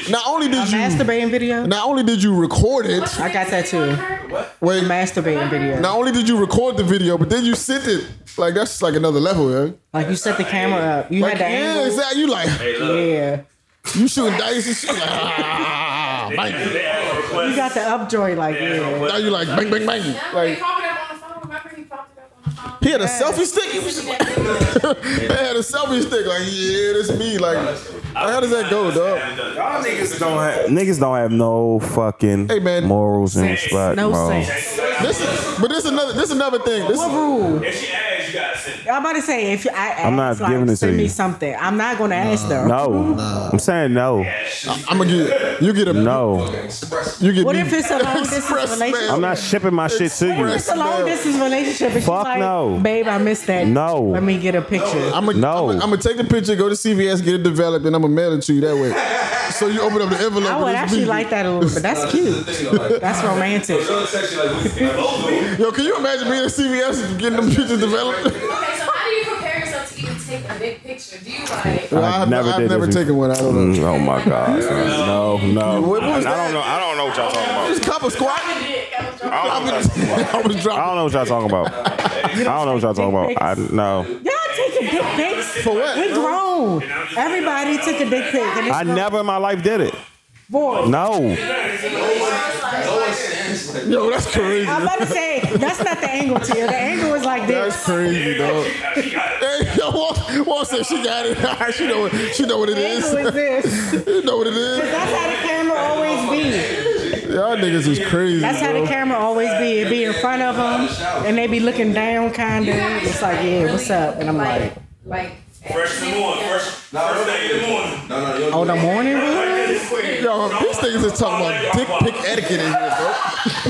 B: not only
D: A
B: did you,
D: masturbating video.
B: not only did you record it,
D: I got that too.
B: wait,
D: Masturbating video.
B: not only did you record the video, but then you sent it. Like that's like another level, yeah.
D: Like you set the camera up. You
B: Like
D: had the
B: yeah,
D: angle.
B: exactly. You like
D: Yeah.
B: you shooting dice and shit. Like, ah, bang.
F: They asked for requests.
D: You got the up joint like yeah.
B: Now you like bang bang bang.
E: Like,
B: Like
E: he popped it up on the phone. Remember he popped it up on the phone.
B: he had a selfie stick. He was
E: Sent me that video.
B: They had a selfie stick. Like, yeah, this me. Like, how does that go, dog?
G: Y'all niggas don't have niggas don't have no fucking
B: Hey, man.
G: morals and respect,
D: No
G: bro.
D: sense.
B: This is, but this is another. This is another thing. This
D: What rule?
F: If she asks, you gotta send it.
D: I'm about to say if I ask,
G: I'm not
D: like,
G: giving it to
D: send
G: you.
D: me something. I'm not gonna ask them.
G: No, I'm saying no,
B: I'm gonna get you get a
G: no.
B: You get
D: What
B: me.
D: if it's a long distance
B: Express
D: relationship?
B: mail.
G: I'm not shipping my shit to you.
D: It's a long distance relationship. and she's
G: Fuck
D: like,
G: no.
D: Babe, I missed that.
G: No.
D: Let me get a picture.
B: I'm gonna
G: No.
B: I'm gonna take the picture, go to CVS, get it developed, and I'm gonna mail it to you that way. So you open up the envelope.
D: I would
B: and it's
D: actually
B: me.
D: like that a little bit. That's cute. That's romantic.
B: Yo, can you imagine being at CVS and getting them pictures developed?
E: Okay, so how do you prepare yourself to even take a big picture? Do you like?
B: Well, I've
G: never
B: I've
G: did
B: never
G: this.
B: taken one. I don't know.
G: Mm, Oh my god, no, no.
B: What was
G: I
B: that?
G: don't know. I don't know what y'all talking about.
B: Just couple squat.
E: I'm a dick. I was
C: I don't know what y'all talking about.
B: I was
G: I
B: dropping
G: don't know what y'all talking about. I don't know what y'all talking about. I no.
D: Y'all taking dick pics
G: Oh.
B: for what?
D: We grown. Everybody took a dick pic. And it's
G: I never in my life did it.
D: boy.
G: No.
B: Yo, that's crazy.
D: I'm about to say that's not the angle to you. The angle is like
B: That's
D: this.
B: crazy, dog. Hey, yo, Walt, Walt said she got it. All right, she know what she know what it
D: The
B: is.
D: angle is this.
B: You know what it is.
D: That's how the camera always be.
B: Y'all niggas is crazy.
D: That's how the
B: bro.
D: camera always be. It be in front of them, and they be looking down, kind of. It's like, yeah, what's up? And I'm like,
E: like,
F: Fresh in the morning. Fresh, first thing in the morning.
D: oh, the morning room.
B: Yo, these niggas is talking about dick pic etiquette in here, bro.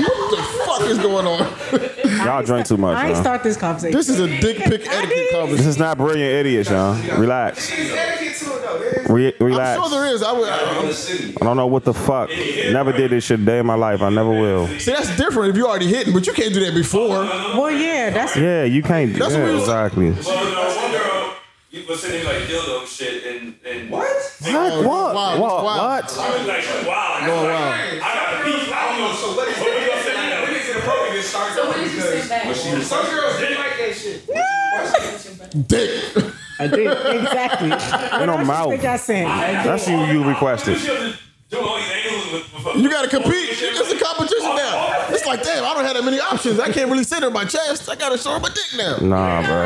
B: What the fuck is going on?
G: Y'all drink too much.
D: I ain't
G: man.
D: start this conversation.
B: This is a dick pic etiquette
G: This
B: conversation.
G: is not brilliant idiots, y'all. Relax.
I: It's etiquette to it though. It is.
G: Re-
B: I'm
G: relax.
B: sure there is. I would. I,
G: I don't know what the fuck. Never did this shit a day in my life. I never will.
B: see, that's different if you already hitting, but you can't do that before.
D: Well, yeah, that's
G: Yeah, you can't.
B: That's
G: yeah,
B: what we-
G: exactly.
F: Well, you know, one girl, you was sending me like dildo and shit, and and what?
G: What? What?
B: Wow, wow.
G: What? What?
F: I was like, wow. I
B: Oh
F: was like,
B: wow.
F: I got a piece. I don't know.
I: So what is
F: What we gonna send me
I: it?
F: now?
I: It is inappropriate to start
E: so what
I: something
E: did you send
I: because
E: back?
I: some girls didn't like that shit.
B: Dick.
D: I did exactly. What
G: no
D: else
G: mouth.
D: you think I sent? I did.
G: That's you. You requested.
F: She was doing all these angles with- with-
B: You gotta compete. It's a competition now. It's like, damn, I don't have that many options. I can't really sit in my chest. I gotta show her my dick now.
G: Nah, bro.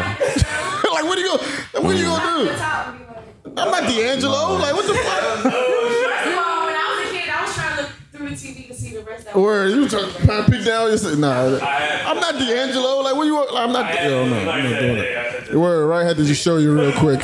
B: like, what are you gonna, what are you gonna do? I'm not D'Angelo. Like, what the fuck?
E: when I was a kid, I was trying to look through the TV to see the rest of it.
B: Where you trying to peek down? You say, nah, I'm not D'Angelo. Like, what you? want- Like, I'm not. Yo, no, I'm not doing it. Word, right? I had to just show you real quick.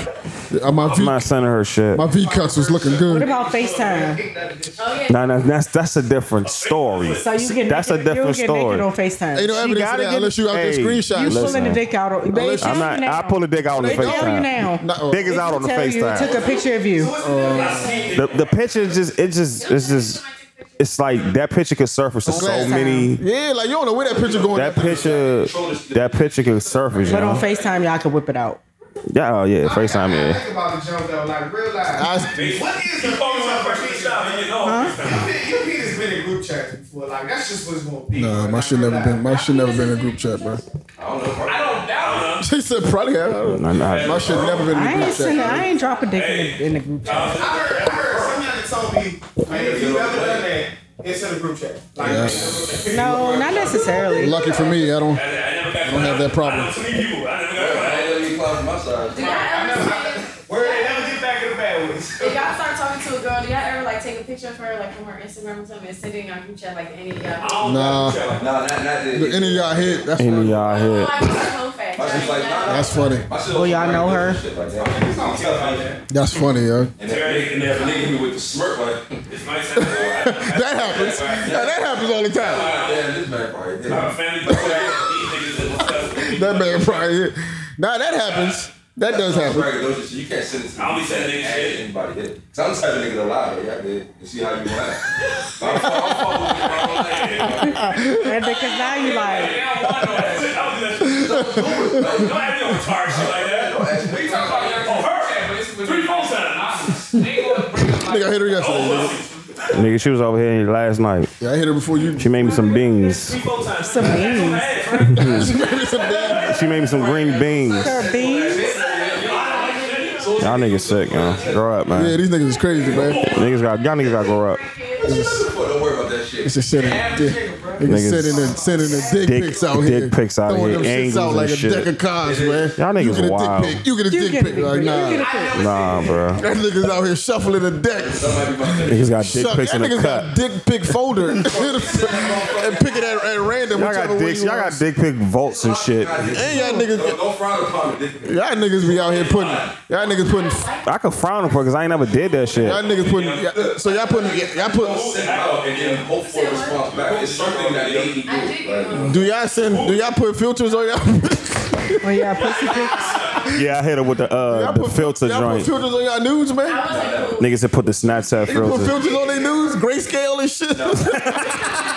B: Uh, My
G: I'm
B: V,
G: not sending her shit.
B: my V cuts was looking
D: What
B: good.
D: about FaceTime?
E: Oh, yeah.
G: Nah, nah, that's that's a different story.
D: So you get
G: That's a
D: naked-
G: different
D: you get
G: story.
D: Naked on FaceTime.
B: Ain't no
G: She
B: evidence of
G: gotta
B: that
G: get-
B: unless you out there
G: Hey,
D: you
B: screenshots.
D: pulling the dick out? On, they
G: I'm
D: tell
G: not.
D: you now.
G: I pull a dick out on the
D: They tell you
G: FaceTime.
D: now.
B: Nah,
G: Dick is
D: They
G: out on the
D: tell you took
G: FaceTime.
D: a picture of you.
G: The the picture is just it just it's just it's like that picture could surface to so
B: FaceTime.
G: many.
B: yeah, like you don't know where that picture going.
G: That picture, that picture can surface. You
D: But on
G: know?
D: FaceTime, y'all can whip it out.
G: Yeah, oh yeah, FaceTime.
I: I
G: Yeah,
I: think about the jump though, like real life.
B: I,
I: What is the
F: You phone on
I: fuck
F: first
I: is
F: freestyle, and you know, freestyle.
I: You beat has been in group chats before, like that's just what's gonna be.
B: nah,
I: Like,
B: my shit
I: real
B: never
I: life.
B: been. My shit never been in a group chat, bro.
I: I don't doubt
B: She said probably have.
G: Nah, nah.
B: My shit never been in
D: I
B: a
D: ain't
B: group
D: send.
B: chat.
D: I ain't drop a dick in the, in the group chat.
I: it. I heard, I heard somebody told me, man, if you ever done that, it's in a group chat. Like,
D: No, not necessarily.
B: Lucky for me, I don't.
F: I never got.
B: don't have that problem.
F: I know too many people. I never got.
E: Did y'all ever see-
I: where they never get back in the bad ways.
E: If y'all start talking to a girl, do y'all ever like take a picture of her like from her Instagram or something and send it in our group chat like any uh, of y'all?
B: Nah,
H: No, not, not
B: if
H: this.
B: any of y'all hit. That's
G: Any of
B: funny.
E: Oh,
G: y'all here?
E: Like, it's a whole fact.
H: I was just like, nah, nah.
B: That's funny.
H: My shit
D: Oh, y'all know her?
H: Shit like that.
I: It's not tough out there.
B: That's funny, yo.
H: And that nigga, and that nigga me with the smirk like,
F: It's my time. I
B: That happens. Yeah, that happens all the time.
H: God damn, this man probably did.
F: have a family. but These niggas is obsessed with me.
B: That man probably hit. Nah, that happens. That does happen.
H: Right, those shit, you can't send it to me.
F: I'll be sending
H: Add
F: shit.
H: Anybody hit. Cause I'm the type of nigga to lie, yeah, dude. And see how you laugh. I'm fuck- I'm fuck with you, bro. Like,
D: And because now you like,
F: I don't want no ass. I don't do that shit. Don't act on tar shit like that.
I: We talk about your
F: Oh,
I: group
F: her?
I: chat, but it's
F: Three phone times. Oh,
I: They gonna bring up like,
B: Nigga, I hit her yesterday. nigga.
G: Nigga, she was over here last night.
B: Yeah, I hit her before you.
G: She made me some beans.
F: Three phone times.
D: Some
F: That's on the
D: beans.
F: ass, right?
B: She made me some damn.
G: She made me some green beans.
D: her beans.
G: Y'all niggas sick, man. Grow up,
B: Yeah,
G: man.
B: these niggas is crazy, man.
G: Niggas got y'all niggas gotta grow up.
H: What you looking for? Don't worry about that shit.
B: It's just sending,
I: nigga, bro.
B: niggas
G: Niggas-
B: sending, the, sending the dick,
G: Dick-
B: pics out
G: dick
B: here.
G: pics out
B: Throwing
G: here,
B: them shits
G: angles
B: out
G: and
B: like
G: shit.
B: a deck of cards, man.
G: Y'all niggas
B: you get a
G: wild.
B: dick pic. You get a
D: You
B: dick
D: get
B: pic.
D: it.
B: Like,
D: You
B: nah.
D: get it.
G: Nah, bro.
B: That nigga's out here shuffling the deck.
G: Niggas got dick
B: Shuck-
G: pics
B: That
G: in the
B: niggas got
G: cup.
B: dick pic folder and pick it at, at random.
G: Y'all
B: whichever
G: got
B: way
G: dicks.
B: you
G: Y'all
B: want.
G: got dick pic vaults and shit.
B: And y'all niggas,
H: Don't, don't frown upon me, dick.
B: y'all niggas be out here putting, y'all niggas putting,
G: I could frown upon because I ain't never did that shit.
B: y'all niggas putting, y'all, so y'all putting, y'all put.
H: Send it out and then hope for a response back. It's something that they need
E: I
H: to
E: did
H: do.
E: get
H: Like,
E: one.
B: Do y'all send? Do y'all put filters on y'all?
D: When y'all Oh, pussy pics.
G: Yeah, I hit her with the
B: y'all
G: uh the
B: put,
G: filter
B: y'all
G: joint.
B: Put filters on y'all nudes, man.
E: I wasn't cool.
G: Niggas that put the Snapchat
B: You put
G: filter.
B: filters on their nudes, grayscale and shit.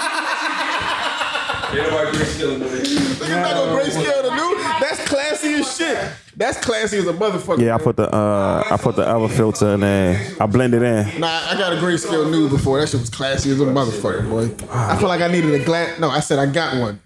H: ain't nobody great skill in the
B: Niggas not gonna grayscale the nude. That's classy as shit. That's classy as a motherfucker.
G: Yeah, I put the uh, I put the other filter in there. I blend it in.
B: Nah, I got a grayscale new before. That shit was classy as a motherfucker, boy. I feel like I needed a glass. No, I said I got one.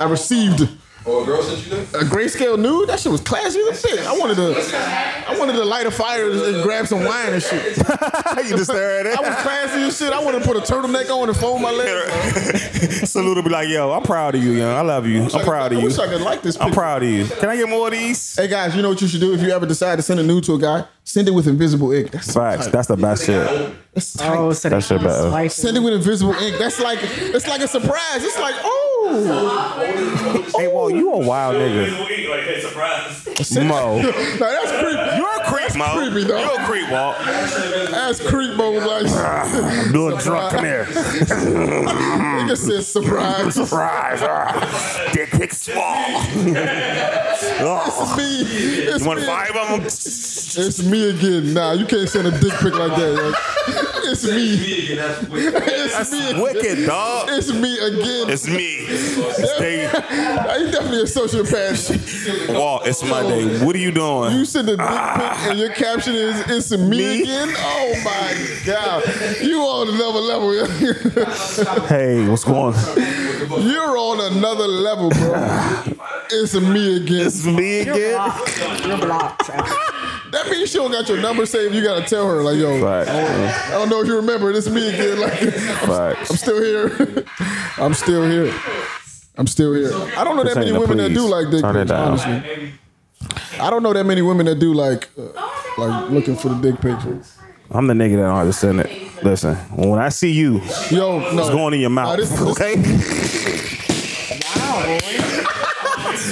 B: I received a
H: Or Oh, a girl sent you that?
B: grayscale nude. That shit was classy as a bitch. I wanted to, I wanted to light a fire and grab some wine and shit.
G: you just stare at
B: I was classy as shit. I wanted to put a turtleneck on and fold my legs.
G: Salute and be like, yo, I'm proud of you, yo. I love you. I'm proud of
B: I
G: you.
B: wish I could like this.
G: I'm
B: picture.
G: proud of you. Can I get more of these?
B: Hey guys, you know what you should do if you ever decide to send a nude to a guy? Send it with invisible ink. That's
G: Facts. That's the best shit.
B: That's tight.
D: Oh, so
G: That
D: they
G: shit better.
D: slice
B: Send it with invisible ink. That's like it's like a surprise. It's like oh,
G: Hey, well, you a wild nigga,
F: Wait, like, hey, surprise.
B: no,
G: Mo.
B: that's creepy.
C: You're a creep, Mo.
B: creepy, though.
C: You're a creep, Walt.
B: That's creep mode. Like
G: I'm doing drunk. Come here.
B: nigga says surprise.
G: Surprise. Ah, Dick dick small.
B: It's
G: Oh,
B: me. It's
C: You want
B: me.
C: five of them?
B: It's me again. Nah, you can't send a dick pic like that. Like, it's me.
H: Yeah, that's weird.
B: It's me. again.
C: Wicked, dog.
B: It's me again.
C: It's me. It's day.
B: you definitely a sociopath.
C: Walt, it's my day. What are you doing?
B: You send a dick pic and your caption is "It's me,
C: Me?
B: again." Oh my god, you on another level.
G: hey, what's going? on?
B: You're on another level, bro. It's me again.
C: It's me again.
D: it. You're blocked.
B: That means she don't got your number saved. You gotta tell her, like, yo,
G: Facts.
B: I don't know if you remember. It's me again. Like, I'm
G: Facts.
B: still here. I'm still here. I'm still here. I don't know that
G: This
B: many
G: ain't the
B: women that do
G: police.
B: like dick
G: Turn it
B: pics.
G: down.
B: Honestly, I don't know that many women that do like uh,
E: Oh,
B: like looking for the dick pics.
G: I'm the nigga that don't have to send it. Listen, when I see you,
B: Yo, no,
G: it's going in your
B: Nah,
G: mouth.
B: this- this-
G: Okay.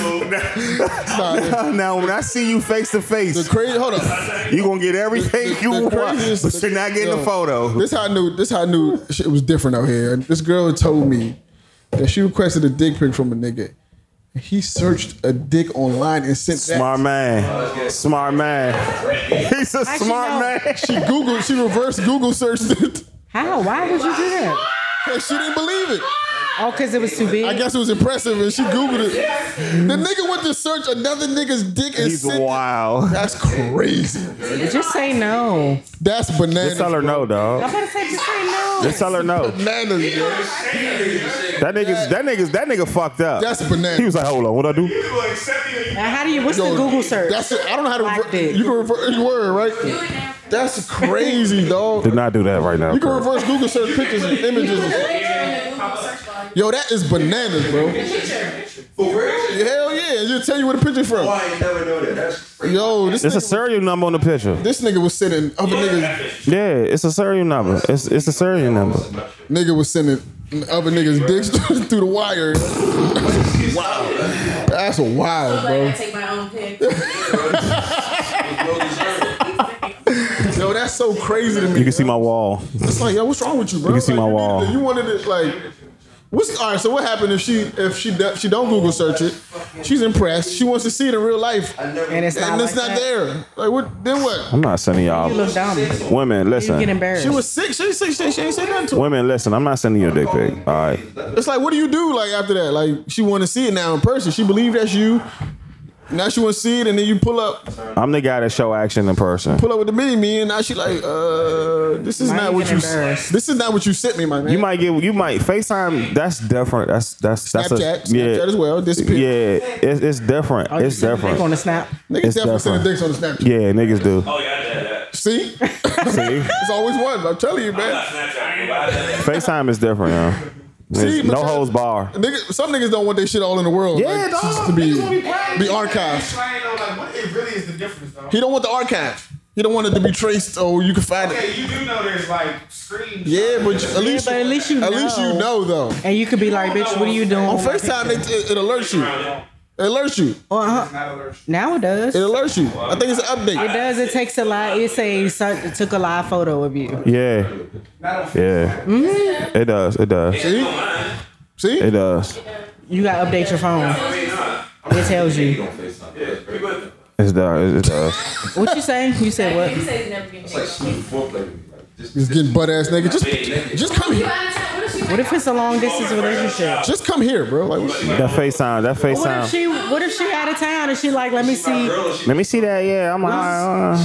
B: nah, the-
G: Now, when I see you face to
B: the
G: face,
B: crazy. Hold up.
G: you gonna get everything
B: the-
G: you
B: the
G: want,
B: craziest-
G: but you're not getting
B: yo.
G: the photo.
B: This how I knew. This how I knew shit was different out here. This girl told me that she requested a dick pic from a nigga. He searched a dick online and sent that.
G: Smart man. Smart man. He's a
D: Actually,
G: smart
D: no.
G: man.
B: She Googled. She reverse Google searched it.
D: How? Why would you do that?
B: Cause she didn't believe it.
D: Oh, because it was too big.
B: I guess it was impressive, and she googled it. The nigga went to search another nigga's dick and
G: He's
B: sent it.
G: wild.
B: That's crazy.
D: Just say no.
B: That's bananas.
G: Just tell her no, dog.
D: I'm about to say just say no.
G: Oh. Just tell her no.
B: Bananas, yo.
G: That nigga's that nigga's that nigga fucked up.
B: That's bananas.
G: He was like, hold on, what I do?
I: You accept me or you
D: Now, how do you? What's
B: Yo,
D: the Google search?
B: That's it. I don't know how to
D: Black
B: reverse.
D: dick.
B: You can reverse your word, right? That's crazy, dog.
G: Do not do that right now.
B: You can
G: bro.
B: reverse Google search pictures and images. and shit. Yo, that is bananas, bro. Hell yeah. You'll tell you where the picture from.
H: I ain't never know that. That's crazy.
B: Yo, this
G: It's a
B: nigga,
G: serial number on the picture.
B: this nigga was sending other niggas.
G: Yeah, it's a serial number. It's it's a serial number.
B: Nigga was sending other niggas dicks through the wire. wow. That's wild,
E: Like, I
B: bro.
E: take my own pick.
B: Yo, that's so crazy to me.
G: You can see my wall.
B: It's like, yo, what's wrong with you, bro?
G: You can see
B: Like,
G: my wall.
B: needed to- You wanted it like. What's all right? So what happened if she if she do- she don't Google search it? She's impressed. She wants to see it in real life, and
D: and it's not,
B: it's
D: like
B: not
D: that.
B: there. Like what? Then what?
G: I'm not sending
D: You look
G: y'all.
D: dumb. You
G: Women,
D: get
G: listen.
D: embarrassed.
B: She was sick. She sick. She, she ain't say nothing to him.
G: Women, listen. I'm not sending you a dick pic. All right.
B: It's like, what do you do? Like after that, like she want to see it now in person. She believed that's you. Now she want to see it, and then you pull up,
G: I'm the guy that show action in person.
B: pull up with the mini me, and now she like, uh, this is
D: Might
B: not
D: even
B: what you.
D: embarrassed.
B: This is not what you sent me, my man.
G: You might get. You might FaceTime. That's different. That's that's that's
B: Snapchat,
G: a yeah.
B: Snapchat as well. Disappear.
G: Yeah, it's it's different.
D: Oh, you
G: It's
D: see the dick on
G: different.
D: the snap.
B: Niggas
G: It's
B: definitely sending
G: different.
B: dicks on the Snapchat.
G: Yeah, niggas do.
F: Oh, yeah, I did that.
B: See, it's
G: See,
B: always one. I'm telling you, man.
F: Snapchat. I did that.
G: FaceTime is different. Yo.
B: See,
G: It's
B: but
G: no
B: y'all-
G: holes bar.
B: Nigga, some niggas don't want their shit all in the world.
G: Yeah,
B: like,
G: dog.
B: just to be, be archived.
I: explain though, like what it really is the difference though.
B: He don't want the archive. He don't want it to be traced or you can find it.
I: Okay, you do know there's like screens.
B: Yeah, but you- at least
D: but at least you
B: at least you know though.
D: And you could be like, bitch, what are you doing?
B: On FaceTime, it, it, it alerts you. It alerts you. It
I: It's not alert.
D: Uh-huh. Now it does. It
B: alerts you. I think it's an update.
D: does. It takes a lot. It says so- it took a live photo of you.
G: Yeah, yeah. It does. It does.
B: See?
G: It
B: See?
G: does.
D: You gotta update your phone. It tells you.
G: It does. It doys.
D: What you say? You said
E: You
D: what?
E: said you never get
H: Like, she was foreplay with me. Like, just,
B: He's getting butt ass nigga. Just, just come
E: You
B: here.
E: out of town? What if you
D: What if it's a long distance relationship?
B: Just come here, bro. Like, what-
G: That FaceTime. That
D: What if
G: FaceTime.
D: she? What if she out of town and she like, let me see?
G: Let me see that. Yeah, I'm like, uh,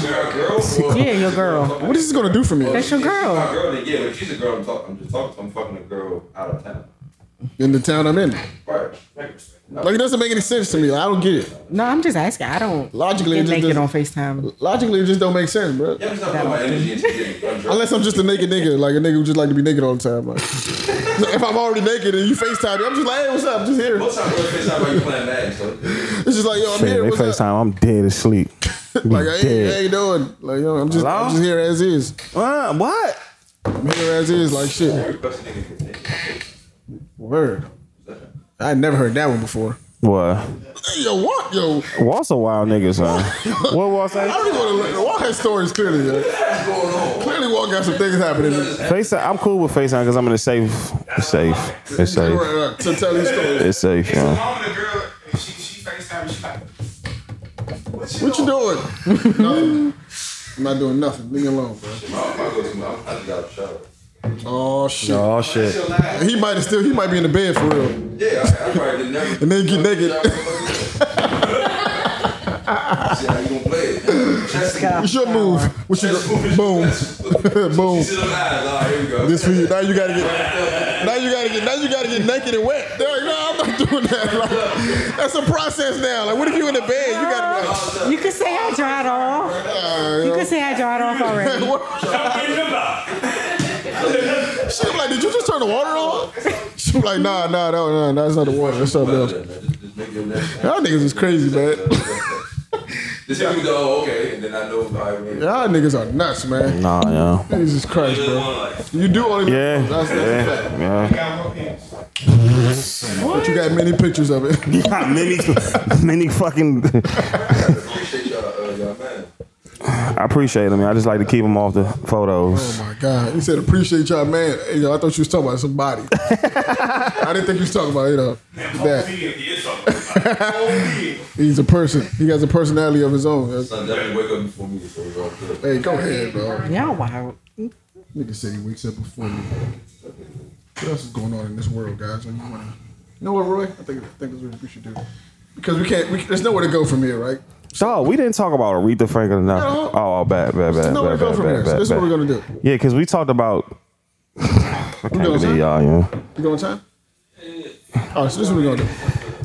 D: Yeah, your girl.
B: what is this gonna do for me?
D: That's your
H: My
D: girl.
H: girl, then, yeah, but she's a girl. I'm talking. I'm just talking. I'm fucking a girl out of town.
B: In the town I'm in.
H: Right. No.
B: Like, it doesn't make any sense to me. Like, I don't get it.
D: No, I'm just asking. I don't
B: Logically, it
D: get
B: just
D: naked on
B: doesn't-
D: Facetime.
B: Logically, it just don't make sense, bro.
H: Yeah, I'm just not putting my energy into getting undressed.
B: Unless I'm just a naked nigga, like a nigga who just like to be naked all the time. Like, if I'm already naked and you FaceTime me, I'm just like, hey, what's up? just here.
H: Most time, girl, FaceTime while you playing Madden. So
B: It's just like, yo, I'm
G: shit,
B: here.
G: they
B: What's up?
G: FaceTime. I'm dead asleep.
B: Like, hey,
G: dead.
B: how you doing? Like, yo, I'm just,
G: Hello?
B: I'm just here as is.
G: Uh, what?
B: I'm here as is. Like, shit.
H: request a nigga get naked.
B: Word. I never heard that one before.
G: What?
B: Hey, yo, what? Yo,
G: Walt's a wild nigga, son. what Walt
B: I
G: say?
B: don't even want to. Walk has stories clearly. Yo. Clearly, Walk got some things happening.
G: FaceTime. I'm cool with FaceTime because I'm in a safe. It's safe. It's
B: Right,
G: safe.
B: right, to tell these stories.
G: It's safe,
I: It's a
G: yeah.
I: moment a girl, and she, she FaceTime me, she like, what you
B: What you
I: doing?
B: doing? nothing. I'm not doing nothing. Leave me alone, bro.
H: My- my go-to, I'm- I just got a shower.
B: Oh shit.
G: Oh shit.
I: She alive.
B: He might have still. He might be in the bed for real.
H: Yeah, I, I probably did never.
B: And then get naked.
H: See how you gonna play it. Chest
D: Got
B: It's your move. What you go- boom, boom.
H: See them eyes. All right, here we go.
B: This for you. Now you gotta get. Now you gotta get. Now you gotta get naked and wet. They're like, no, I'm not doing that. Like, that's a process now. Like, what if you in the bed? You gotta be like,
D: You could say I dried off.
B: uh,
D: You could say I dried off already.
B: She be like, did you just turn the water on? She be like, nah, nah, no, no, that's not the water. That's something else.
H: Just- just make them next time.
B: Y'all niggas is crazy, man.
H: This here we go. Oh, okay, and then I know. All right, man.
B: Y'all niggas are nuts, man.
G: Nah, yeah.
B: Jesus Christ, bro. You do only.
G: Yeah.
B: That's, that's a fact.
G: Yeah.
I: Got more pants.
B: But you got many pictures of it.
G: Got many, many fucking.
H: Appreciate y'all, uh, y'all man.
G: I appreciate them. I just like to keep them off the photos.
B: Oh my God. He said, appreciate y'all, man. Hey, yo, I thought you was talking about somebody. I didn't think you was talking about, you know, that. He's a person. He has a personality of his own. That's-
H: Son, definitely wake up before me, so it's all good.
B: Hey, go ahead, bro.
D: Y'all wild.
B: Nigga said he wakes up before me. What else is going on in this world, guys? Like, you, wanna... you know what, Roy? I think, I think that's what we should do. Because we can't, we, there's nowhere to go from here, right?
G: So we didn't talk about Aretha Franklin enough. Oh, bad, bad, bad,
B: There's nowhere to
G: bad,
B: go
G: bad,
B: from here.
G: bad,
B: So
G: bad,
B: this is what we're going
G: bad.
B: to do.
G: Yeah, because we talked about. I
B: You
G: can't
B: doing
G: believe
B: something?
G: y'all, yeah.
B: You going time? All right, so this is what we're going to do.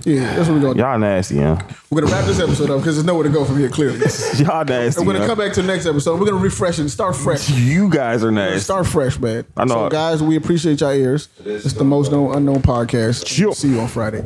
B: Yeah, that's what we're going to do.
G: Y'all nasty, yeah.
B: We're going to wrap this episode up because there's nowhere to go from here, clearly.
G: Y'all nasty.
B: And we're gonna
G: yeah.
B: come back to the next episode. We're gonna refresh and start fresh.
G: You guys are nasty.
B: Start fresh, man.
G: I know.
B: So, guys, we appreciate y'all ears. It's the most known unknown podcast.
G: Sure.
B: See you on Friday.